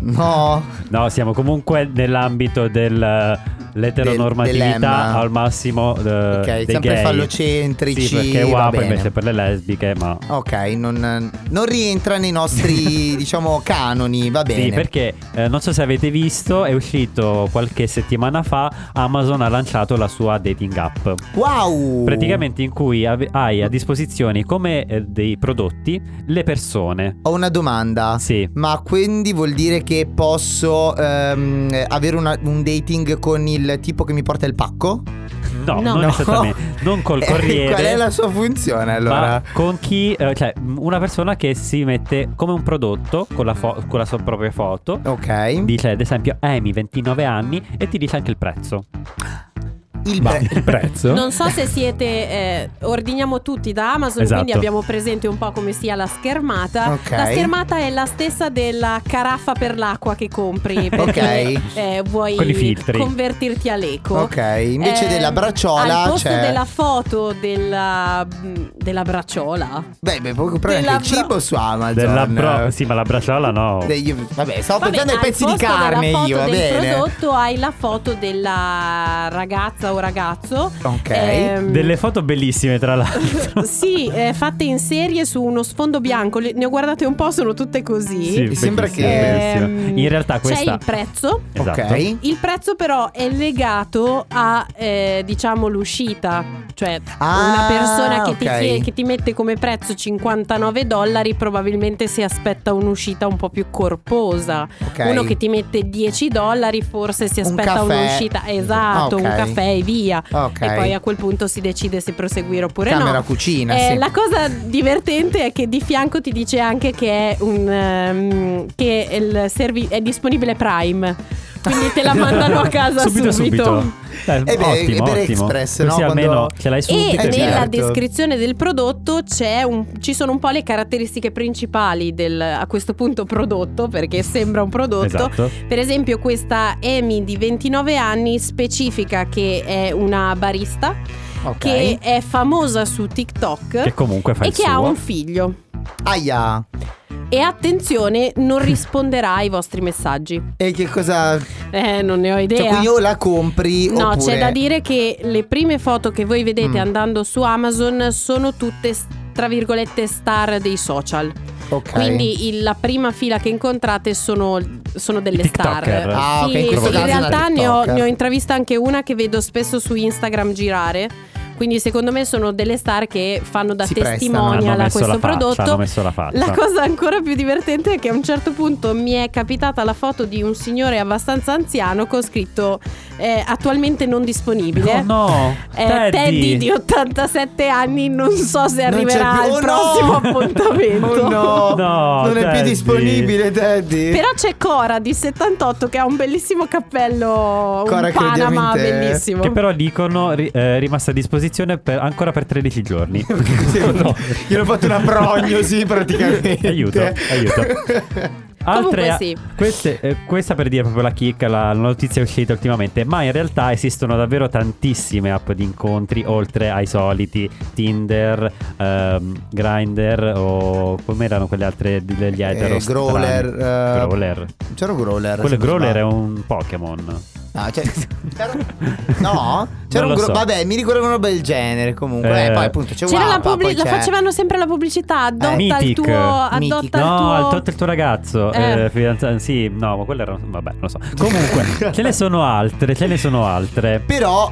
No. No, siamo comunque nell'ambito del eh, Del- dell'emma. l'eteronormatività al massimo eh, Ok, dei sempre gay. fallocentrici, Sì, perché è va WAP bene. invece per le lesbiche, ma Ok, non, non rientra nei nostri, diciamo, canoni, va bene. Sì, perché eh, non so se avete visto, è uscito qualche settimana fa, Amazon ha lanciato la sua dating app. Wow! Praticamente in cui ave- hai a disposizione come eh, dei prodotti le persone. Ho una domanda. Sì. Ma quindi vuol dire che posso ehm, avere una- un dating con il tipo che mi porta il pacco? No, No. non esattamente. Non col Eh, corriere. Qual è la sua funzione allora? Ma con chi, eh, cioè m- una persona che si mette come un prodotto con la, fo- con la sua propria foto, Ok. dice ad esempio Amy, 29 anni, e ti dice anche il prezzo. Il Ma pre- il Esatto. prezzo? Non so se siete. eh, ordiniamo tutti da Amazon, Esatto. quindi abbiamo presente un po' come sia la schermata. Ok. La schermata è la stessa della caraffa per l'acqua che compri perché eh, vuoi Con i filtri. convertirti all'eco. Ok, invece Eh, della al bracciola posto c'è. della foto della, della bracciola. Beh, beh, puoi comprare della anche il cibo bro- su Amazon. Della bro- sì, ma la braciola no. Degli- Vabbè, stavo Vabbè, pensando ai al pezzi di posto carne della foto io, va del bene. prodotto hai la foto della ragazza o ragazzo. Ok. Ehm, Delle foto bellissime, tra l'altro. Sì, eh, fatte in serie su uno sfondo bianco. Le- Ne ho guardate un po', sono tutte così. Sì, sembra bellissime, che- bellissime. Ehm, In realtà C'è questa... il prezzo. Esatto. Ok. Il prezzo però è legato a, eh, diciamo, l'uscita. Cioè, Ah, una persona che, ti ok. chiede- che ti mette come prezzo 59 dollari probabilmente si aspetta un'uscita un po' più corposa. Ok. Uno che ti mette 10 dollari forse si Un aspetta caffè. un'uscita. Esatto, Ok. un caffè e via. Ok. E poi a quel punto si decide se proseguire oppure Camera no. cucina, Eh, sì. La cosa divertente è che di fianco ti dice anche che è, un, ehm, che il servi- è disponibile Prime. Quindi te la mandano a casa subito. subito. Eh, Eh beh, ottimo, per ottimo. Express, Così no? almeno Quando- ce l'hai subito. E e via. nella certo. descrizione del prodotto c'è un- ci sono un po' le caratteristiche principali del, a questo punto prodotto, perché sembra un prodotto. Esatto. Per esempio questa Amy di 29 anni specifica che è una barista, Ok. che è famosa su TikTok Che comunque fa e il che suo. ha un figlio. Aia. E attenzione, non risponderà ai vostri messaggi. E che cosa. Eh, non ne ho Cioè, idea. quindi o la compri No, oppure. c'è da dire che le prime foto che voi vedete Mm. andando su Amazon sono tutte s- tra virgolette star dei social. Ok. Quindi il- la prima fila che incontrate sono, sono delle TikToker. star. Ah, ok, Sì, in questo in caso è una realtà ne ho, TikToker. ne ho intravista anche una che vedo spesso su Instagram girare. Quindi secondo me sono delle star che fanno da Si prestano. testimonial hanno a messo questo la faccia, prodotto. hanno messo la faccia. La cosa ancora più divertente è che a un certo punto mi è capitata la foto di un signore abbastanza anziano con scritto eh, attualmente non disponibile. Oh no, Eh, Teddy. di 87 anni, non so se Non c'è arriverà più- al Oh, no! prossimo appuntamento. Oh no, No, non è più Teddy. disponibile, Teddy. Però c'è Cora di 78 che ha un bellissimo cappello, Cora, un crediamo in Panama te. bellissimo. Che però dicono ri- eh, rimasta a disposizione per- ancora per 13 giorni. No. Io ho fatto una prognosi praticamente. Aiuto, aiuto. Ah, Comunque Altre, sì. queste- eh, questa per dire proprio la chicca, la notizia è uscita ultimamente, ma in realtà esistono davvero tantissime app di incontri oltre ai soliti Tinder, ehm, Grindr o come erano quelle altre di- degli etero? Eh, Growler, strani? eh, Growler. C'era un Growler. Quello se non Growler è sbaglio. un Pokémon. No, cioè, c'era- no? C'era Non lo un gruppo. so. Vabbè, mi ricordo una roba del genere. Comunque, Eh. Eh, poi appunto c'è C'era la Wapa, pubblic- poi la c'è- facevano sempre la pubblicità addotta al Mythic. tuo Mythic. addotta al no, tuo al tot il tuo ragazzo. Eh. Eh. fidanzato- sì, no, ma quello era. Vabbè, non lo so. Comunque, ce ne sono altre, ce ne sono altre. Però,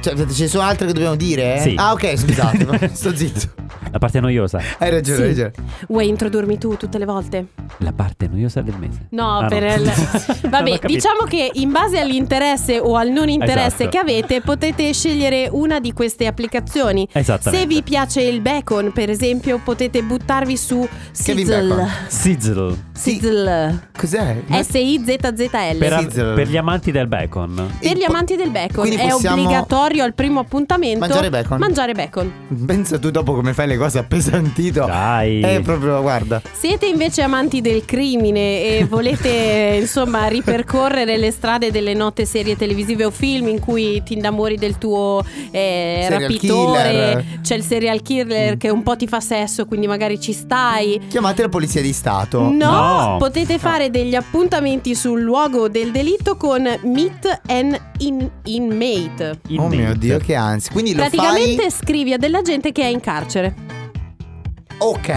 cioè, aspetta, ce ne sono altre che dobbiamo dire? Sì. Ah, ok, scusate, ma sto zitto. La parte noiosa. Hai ragione, Sì. hai ragione. Vuoi introdurmi tu tutte le volte? La parte noiosa del mese. No, Ah, per il... Non ho Vabbè, capito. diciamo che in base all'interesse o al non interesse Esatto. che avete potete scegliere una di queste applicazioni. Se Esattamente. vi piace il bacon, per esempio, potete buttarvi su Kevin Bacon. Sizzle. Sizzle. Sizzle. Cos'è? S-I-Z-Z-L. Per, Sizzle. per gli amanti del bacon. Per gli Il po- amanti del bacon Quindi è possiamo obbligatorio al primo appuntamento mangiare bacon? mangiare bacon. Pensa tu dopo come fai le cose appesantito. Dai. È proprio, guarda. Siete invece amanti del crimine e volete insomma ripercorrere le strade delle note serie televisive o film in cui ti innamori del tuo eh, Serial rapitore, killer. Mm. c'è il serial killer che un po' ti fa sesso, quindi magari ci stai. Chiamate la polizia di Stato. No, No. potete fare degli appuntamenti sul luogo del delitto con Meet an in- Inmate. In Oh mio mente. dio, che ansia. Quindi lo Praticamente fai. scrivi a della gente che è in carcere. Ok.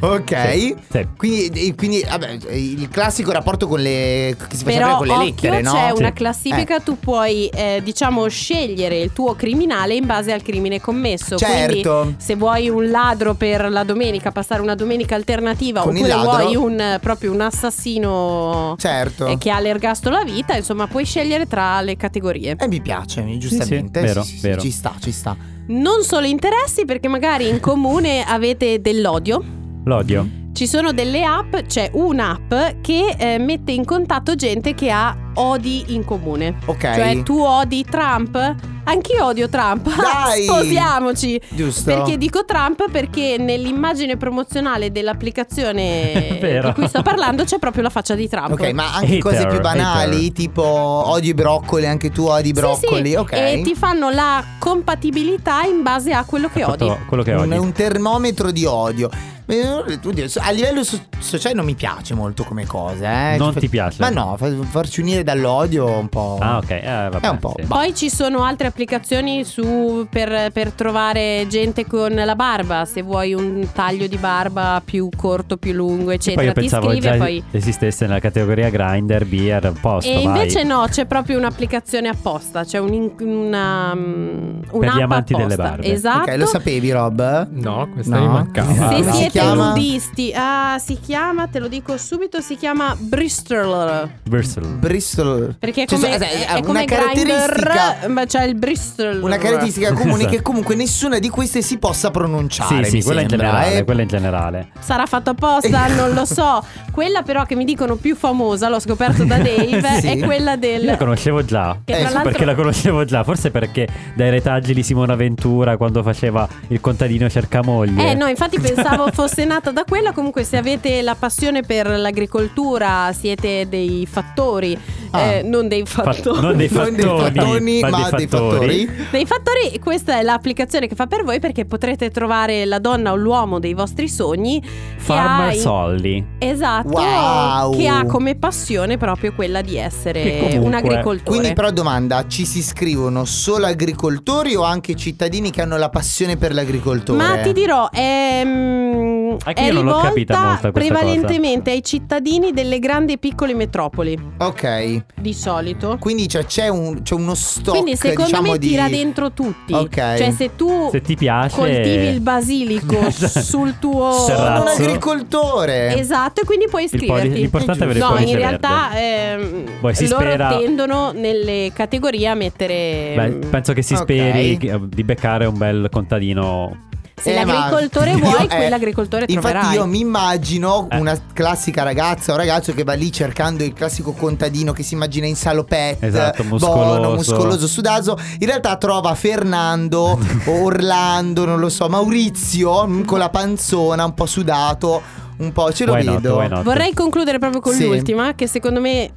ok. Sì, sì. Quindi, e quindi, vabbè, il classico rapporto con le. che si faceva Però con le occhio, lettere, no? Eh. c'è Sì. una classifica, tu puoi eh, diciamo scegliere il tuo criminale in base al crimine commesso. Quindi Certo. se vuoi un ladro per la domenica, passare una domenica alternativa, Con il oppure ladro. vuoi un, eh, proprio un assassino Certo. eh, che ha l'ergastolo la vita, insomma puoi scegliere tra le categorie. E Eh, mi piace, mi- giustamente. sì, vero, vero. Ci sta, ci sta. Non solo interessi perché magari in comune avete dell'odio. L'odio. Ci sono delle app, c'è un'app che eh, mette in contatto gente che ha odi in comune. Ok. Cioè tu odi Trump, anch'io odio Trump. Dai! Sposiamoci. Giusto. Perché dico Trump? Perché nell'immagine promozionale dell'applicazione Vero. di cui sto parlando c'è proprio la faccia di Trump. Ok, ma anche Hater, cose più banali, hater. tipo odio i broccoli, anche tu odi i broccoli, Sì, sì. ok. E ti fanno la compatibilità in base a quello che odi. Fatto Quello che un, odi. un termometro di odio. Eh, oddio, so- A livello so- sociale non mi piace molto come cosa, eh. Non Fa- ti piace? Ma no, fa- farci unire dall'odio è un po'. Ah, ok. Eh, vabbè, È un po' sì. ba- Poi ci sono altre applicazioni su- per, per trovare gente con la barba, se vuoi un taglio di barba più corto, più lungo, Che poi eccetera. io Ti pensavo scrive già e poi... esistesse nella categoria grinder, beer, posto, E vai. invece no, c'è proprio un'applicazione apposta, c'è un, una, um, un'app amanti apposta. delle barbe. Esatto. Ok, lo sapevi, Rob? No, questa No. mi mancava. Se Ah, si siete chiama? nudisti, ah, si chiama, te lo dico subito, si chiama Bristol. Bristol. Bristol. Perché è Cioè, come, so- eh, è- è una come caratteristica. Grindr, ma c'è il Bristol. Una caratteristica comune Esatto. che comunque nessuna di queste si possa pronunciare. Sì, sì, mi quella in sembra, generale, eh. quella in generale. Sarà fatto apposta, non lo so. Quella però che mi dicono più famosa, l'ho scoperto da Dave, Sì. è quella del... Io la conoscevo già. Che tra Eh, Sì, l'altro Perché la conoscevo già, forse perché dai retaggi di Simona Ventura quando faceva il contadino cercamoglie. Eh no, infatti pensavo fosse nata da quella, comunque se avete la passione per l'agricoltura siete dei fattori, Ah. eh, non dei Fa- fattori. non dei Non fattoni, dei fattoni, ma, ma dei fattori. Dei fattori, questa è l'applicazione che fa per voi perché potrete trovare la donna o l'uomo dei vostri sogni. che ha Farmer in- Solly. Esatto, Wow. che ha come passione proprio quella di Che essere comunque- un agricoltore. Quindi però domanda, ci si scrivono solo agricoltori o anche cittadini che hanno la passione per l'agricoltore? Ma ti dirò, è, mm, Anche è io non l'ho rivolta capita molto questa prevalentemente ai cittadini delle grandi e piccole metropoli, Ok, di solito. quindi cioè, c'è, un- c'è uno stock Quindi secondo diciamo, me di... tira dentro tutti. Ok. Cioè se tu Se ti piace coltivi il basilico Esatto. Ecco, sul tuo... Sono un Terrazzo. agricoltore. Esatto, e quindi puoi Il poli- iscriverti. l'importante è avere il no, in pollice realtà verde. ehm, Poi si loro spera- tendono nelle categorie a mettere... Beh, mm, penso che si Ok. speri che- eh, di beccare un bel contadino. se Eh, ma l'agricoltore io- vuoi, eh, quell'agricoltore Infatti troverai. io mi immagino Eh. una classica ragazza o ragazzo che va lì cercando il classico contadino che si immagina in salopette, Esatto, buono, muscoloso. muscoloso, sudato. In realtà trova Fernando, Orlando, non lo so, Maurizio mm, con la panzona un po' sudato, un po' ce lo Why not, vedo. why not? Esatto. Vorrei concludere proprio con Sì. l'ultima, che secondo me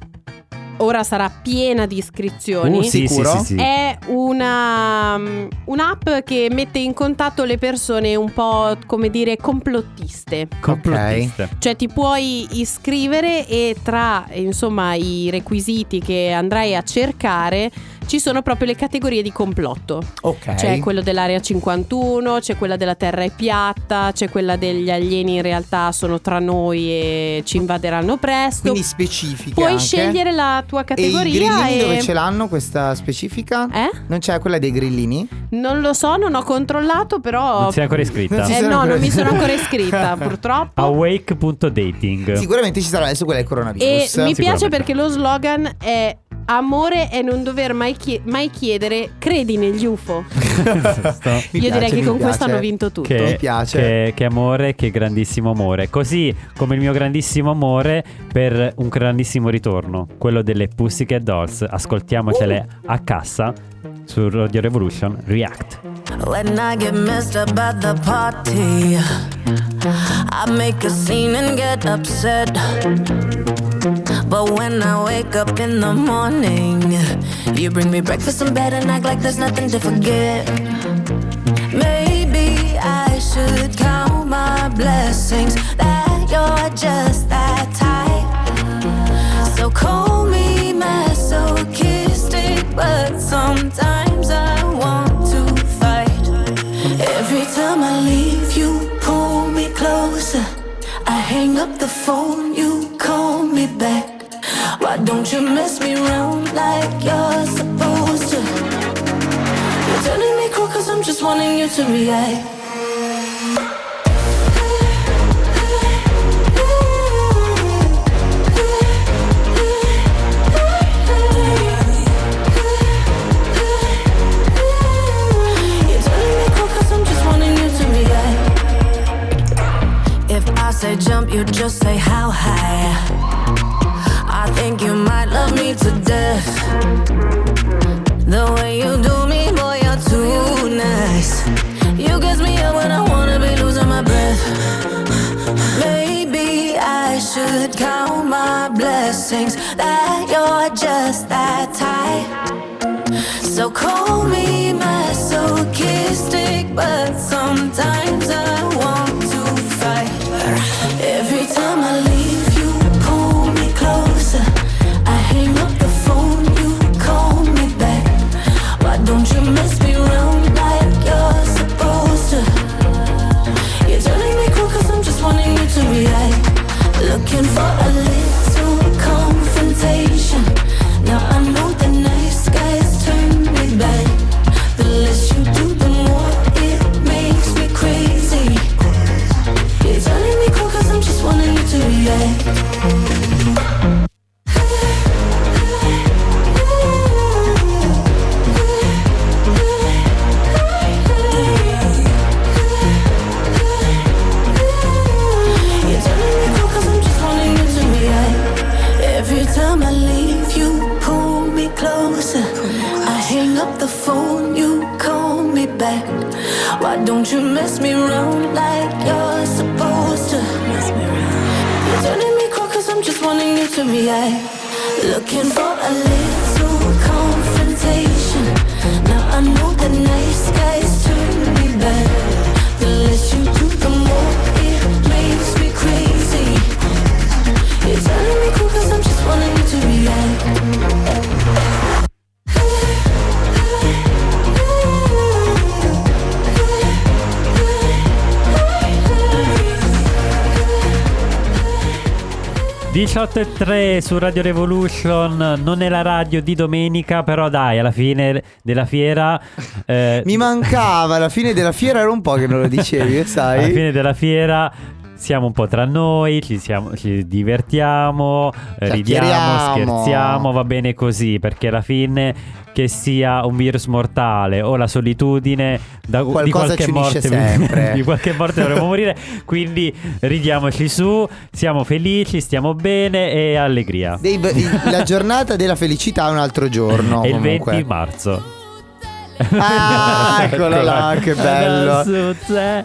ora sarà piena di iscrizioni. Uh, sì, sì, sì, sì. È una, mm, un'app che mette in contatto le persone un po' come dire complottiste. Complottiste. Cioè ti puoi iscrivere e tra eh, insomma i requisiti che andrai a cercare ci sono proprio le categorie di complotto. Ok. Cioè, C'è quello dell'area 51, c'è quella della terra è piatta, c'è quella degli alieni in realtà sono tra noi e ci invaderanno presto. Quindi specifiche. Puoi anche. scegliere la tua E i categoria grillini e, dove ce l'hanno questa specifica? Eh? Non c'è quella dei grillini? Non lo so, non ho controllato, però Non si è ancora iscritta. Non si Eh, sono no, ancora- non mi sono ancora iscritta, purtroppo. Awake.dating. Sicuramente ci sarà adesso quella del coronavirus. E mi piace Sicuramente. perché lo slogan è Amore è non dover mai, chie- mai chiedere credi negli UFO. Sto- Mi Io direi che piace, mi con piace. questo hanno vinto tutto. Che, Mi piace. Che, che amore, che grandissimo amore. Così come il mio grandissimo amore per un grandissimo ritorno, quello delle Pussycat Dolls. Ascoltiamocele Uh. a cassa su Radio Revolution React. When I get messed up at the party, I make a scene and get upset. But when I wake up in the morning, you bring me breakfast in bed and act like there's nothing to forget. Maybe I should count my blessings that you're just that tight. So call me masochistic, but sometimes I want to fight. Every time I leave, you pull me closer. I hang up the phone, you call me back. Why don't you mess me around like you're supposed to? You're turning me cool cause I'm just wanting you to react. You're turning me cool cause I'm just wanting you to react. If I say jump, you just say how high. I think you might love me to death. The way you do me, boy, you're too nice. You gas me up when I wanna be losing my breath. Maybe I should count my blessings that you're just that tight. So call me masochistic, but sometimes I want to fight. Every time I leave, you pull me closer. I hang up the phone, you call me back. Why don't you mess me around like you're supposed to? You're telling me cool cause I'm just wanting you to react. Looking for a little confrontation. Now I know the nice guys turn me back. The less you do, the more it makes me crazy. You're telling me cool cause I'm just wanting you to react. You're telling me cool cause I'm just wanting you to react. Every time I leave, you pull me closer. I hang up the phone, you call me back. Why don't you mess me around like you're supposed to? You're turning me cold cause I'm just wanting you to react. Looking for a little confrontation. Now I know the nice guys turn me back. The less you do, the more it makes me crazy. You're turning me cool cause I'm just wanting you to react. e 18.3 su Radio Revolution, non è la radio di domenica, però dai, alla fine della fiera... eh, Mi mancava la fine della fiera, era un po' che non lo dicevi, eh, sai? Alla fine della fiera siamo un po' tra noi, ci, siamo- ci divertiamo, eh, ridiamo, Chiacchieriamo. scherziamo, va bene così, perché alla fine che sia un virus mortale o la solitudine da, di Qualcosa qualche ci unisce morte sempre. di qualche morte dovremmo morire, quindi ridiamoci su, siamo felici, stiamo bene e allegria. Dave, il- la giornata della felicità è un altro giorno. è il comunque. 20 marzo. Ecco Ah, eccolo là, che bello. Su, zè.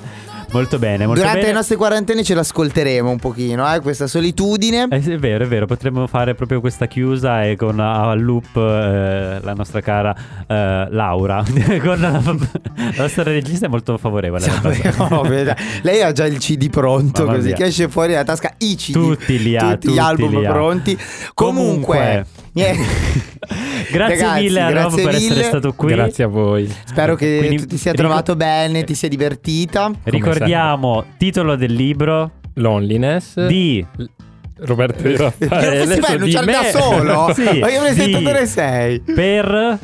Molto bene, molto Durante bene. le nostre quarantene ce l'ascolteremo un pochino, eh, questa solitudine. Eh, sì, è vero, è vero, potremmo fare proprio questa chiusa e con a al loop eh, la nostra cara eh, Laura. con la, la nostra regista è molto favorevole. alla cosa. No, vedi, lei ha già il CD pronto, Mamma così mia. che esce fuori dalla tasca i CD. Tutti li ha, tutti tutti gli album li ha. pronti. Comunque, Comunque. niente. Grazie Ragazzi, mille a Rob grazie per essere mille. stato qui. Grazie a voi. Spero che Quindi, tu ti sia rico- trovato bene, ti sia divertita. Ricordiamo titolo del libro Loneliness di Roberto Di Che Raffaele. lo fai su di annunciare da me. solo? Sì, Ma io avrei sì. sentito dove sei. per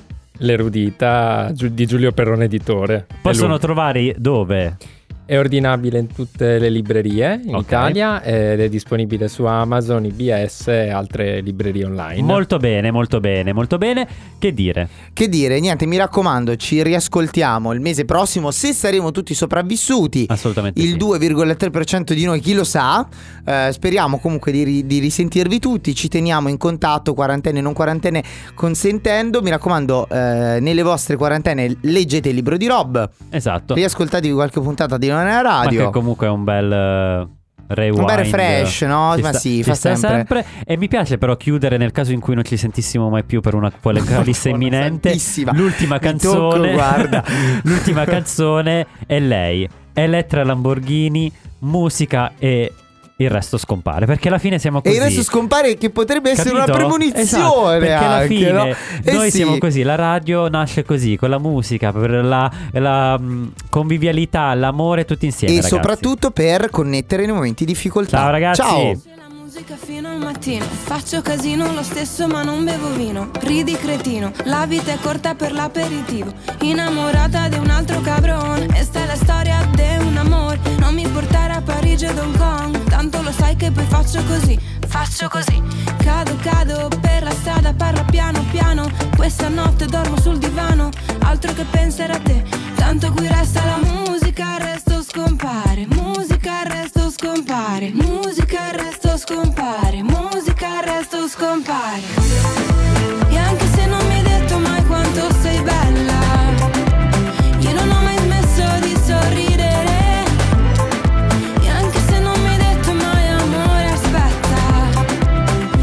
L'erudita Giu- di Giulio Perrone Editore. È possono lui. trovare dove? È ordinabile in tutte le librerie in Ok. Italia ed è disponibile su Amazon, IBS e altre librerie online. Molto bene, molto bene, molto bene. Che dire? Che dire, niente, mi raccomando, ci riascoltiamo il mese prossimo se saremo tutti sopravvissuti. Assolutamente. Il sì. 2,3% di noi, chi lo sa, Eh, speriamo comunque di, ri- di risentirvi tutti, ci teniamo in contatto, quarantene e non quarantene consentendo, mi raccomando, eh, nelle vostre quarantene leggete il libro di Rob, Esatto. riascoltatevi qualche puntata di Non Ma che è Radio. comunque è un bel eh, rewind. Un bel refresh, no? Ci Ma sì, ci fa sta sempre. E mi piace però chiudere nel caso in cui non ci sentissimo mai più per una lista Madonna imminente. santissima. L'ultima Mi canzone. tocco, guarda. l'ultima canzone è lei. Elettra Lamborghini, musica e il resto scompare. Perché alla fine siamo E così. il resto scompare che potrebbe essere una Capito? premonizione Esatto, perché alla anche, fine no? Eh noi sì. siamo così, la radio nasce così, con la musica, per la, la, mm, convivialità, l'amore tutti insieme. E ragazzi. soprattutto per connettere nei momenti di difficoltà. Ciao, ragazzi. Ciao. musica fino al mattino Faccio casino lo stesso ma non bevo vino Ridi cretino, la vita è corta per l'aperitivo Innamorata di un altro cabron Questa è la storia di un amor Non mi portare a Parigi ed Hong Kong Tanto lo sai che poi faccio così Faccio così Cado, cado per la strada, parla piano piano Questa notte dormo sul divano Altro che pensare a te Tanto qui resta la musica, il resto scompare Musica, il resto scompare Musica, il resto scompare Musica, il resto scompare E anche se non mi hai detto mai quanto sei bella Io non ho mai smesso di sorridere E anche se non mi hai detto mai amore aspetta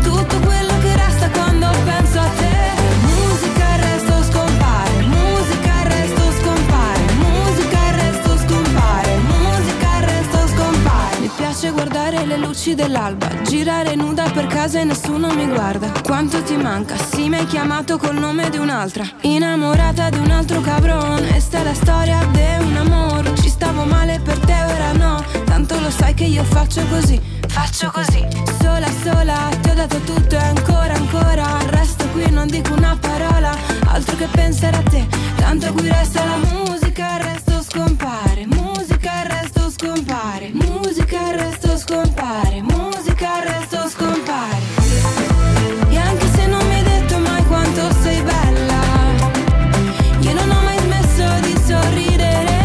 Tutto quello che resta quando penso a te Musica, il resto scompare Musica, il resto scompare Musica, il resto scompare Musica, il resto scompare Mi piace guardare le luci dell'alba Girare nuda per casa e nessuno mi guarda Quanto ti manca? Sì, mi hai chiamato col nome di un'altra Innamorata di un altro cabron E sta la storia di un amore Ci stavo male per te, ora no Tanto lo sai che io faccio così Faccio così Sola, sola, ti ho dato tutto e ancora, ancora Resto qui, non dico una parola Altro che pensare a te Tanto qui resta la musica, il resto scompare Musica, il resto scompare Musica, il resto scompare Musica, il resto scompare E anche se non mi hai detto mai quanto sei bella Io non ho mai smesso di sorridere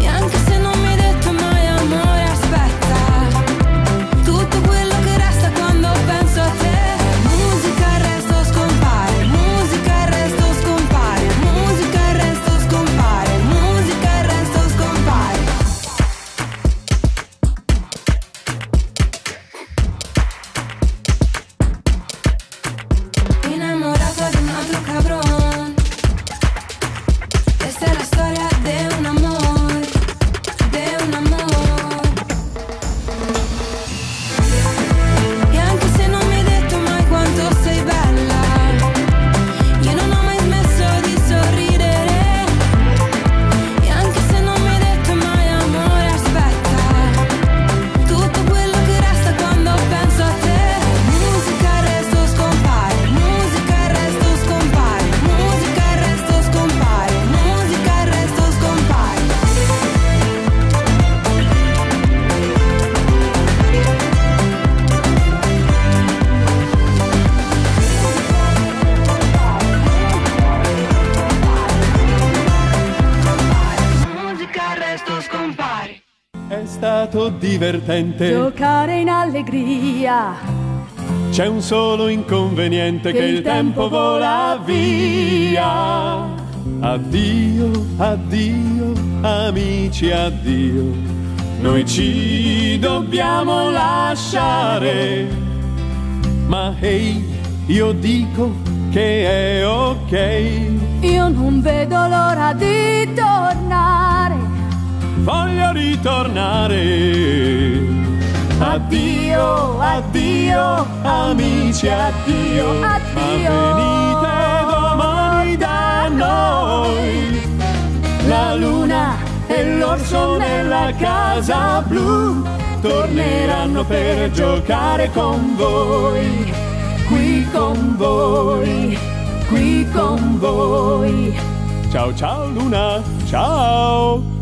e anche se non mi hai detto mai amore aspetta Tutto quello che resta quando penso a te Musica il resto scompare Musica il resto scompare Musica il resto scompare Musica il resto scompare Innamorata di un altro cabron Questa è la storia di un amore, di un amore E anche se non mi hai detto mai quanto sei bella Io non ho mai smesso di sorridere E anche se non mi hai detto mai amore aspetta Tutto quello che resta quando penso a te Musica il resto scompare Musica il resto scompare Musica il resto scompare Musica il resto scompare musica resto scompare. È stato divertente. Giocare in allegria, C'è un solo inconveniente che, il tempo vola via. Addio, addio, amici, addio. Noi ci dobbiamo lasciare. Ma ehi, io dico che è ok. Io non vedo l'ora di tornare. Voglio ritornare. Addio, addio, amici, addio. Addio. Ma venite domani da noi. La luna e l'orso nella casa blu torneranno per giocare con voi. Qui con voi, qui con voi. Ciao ciao luna, ciao.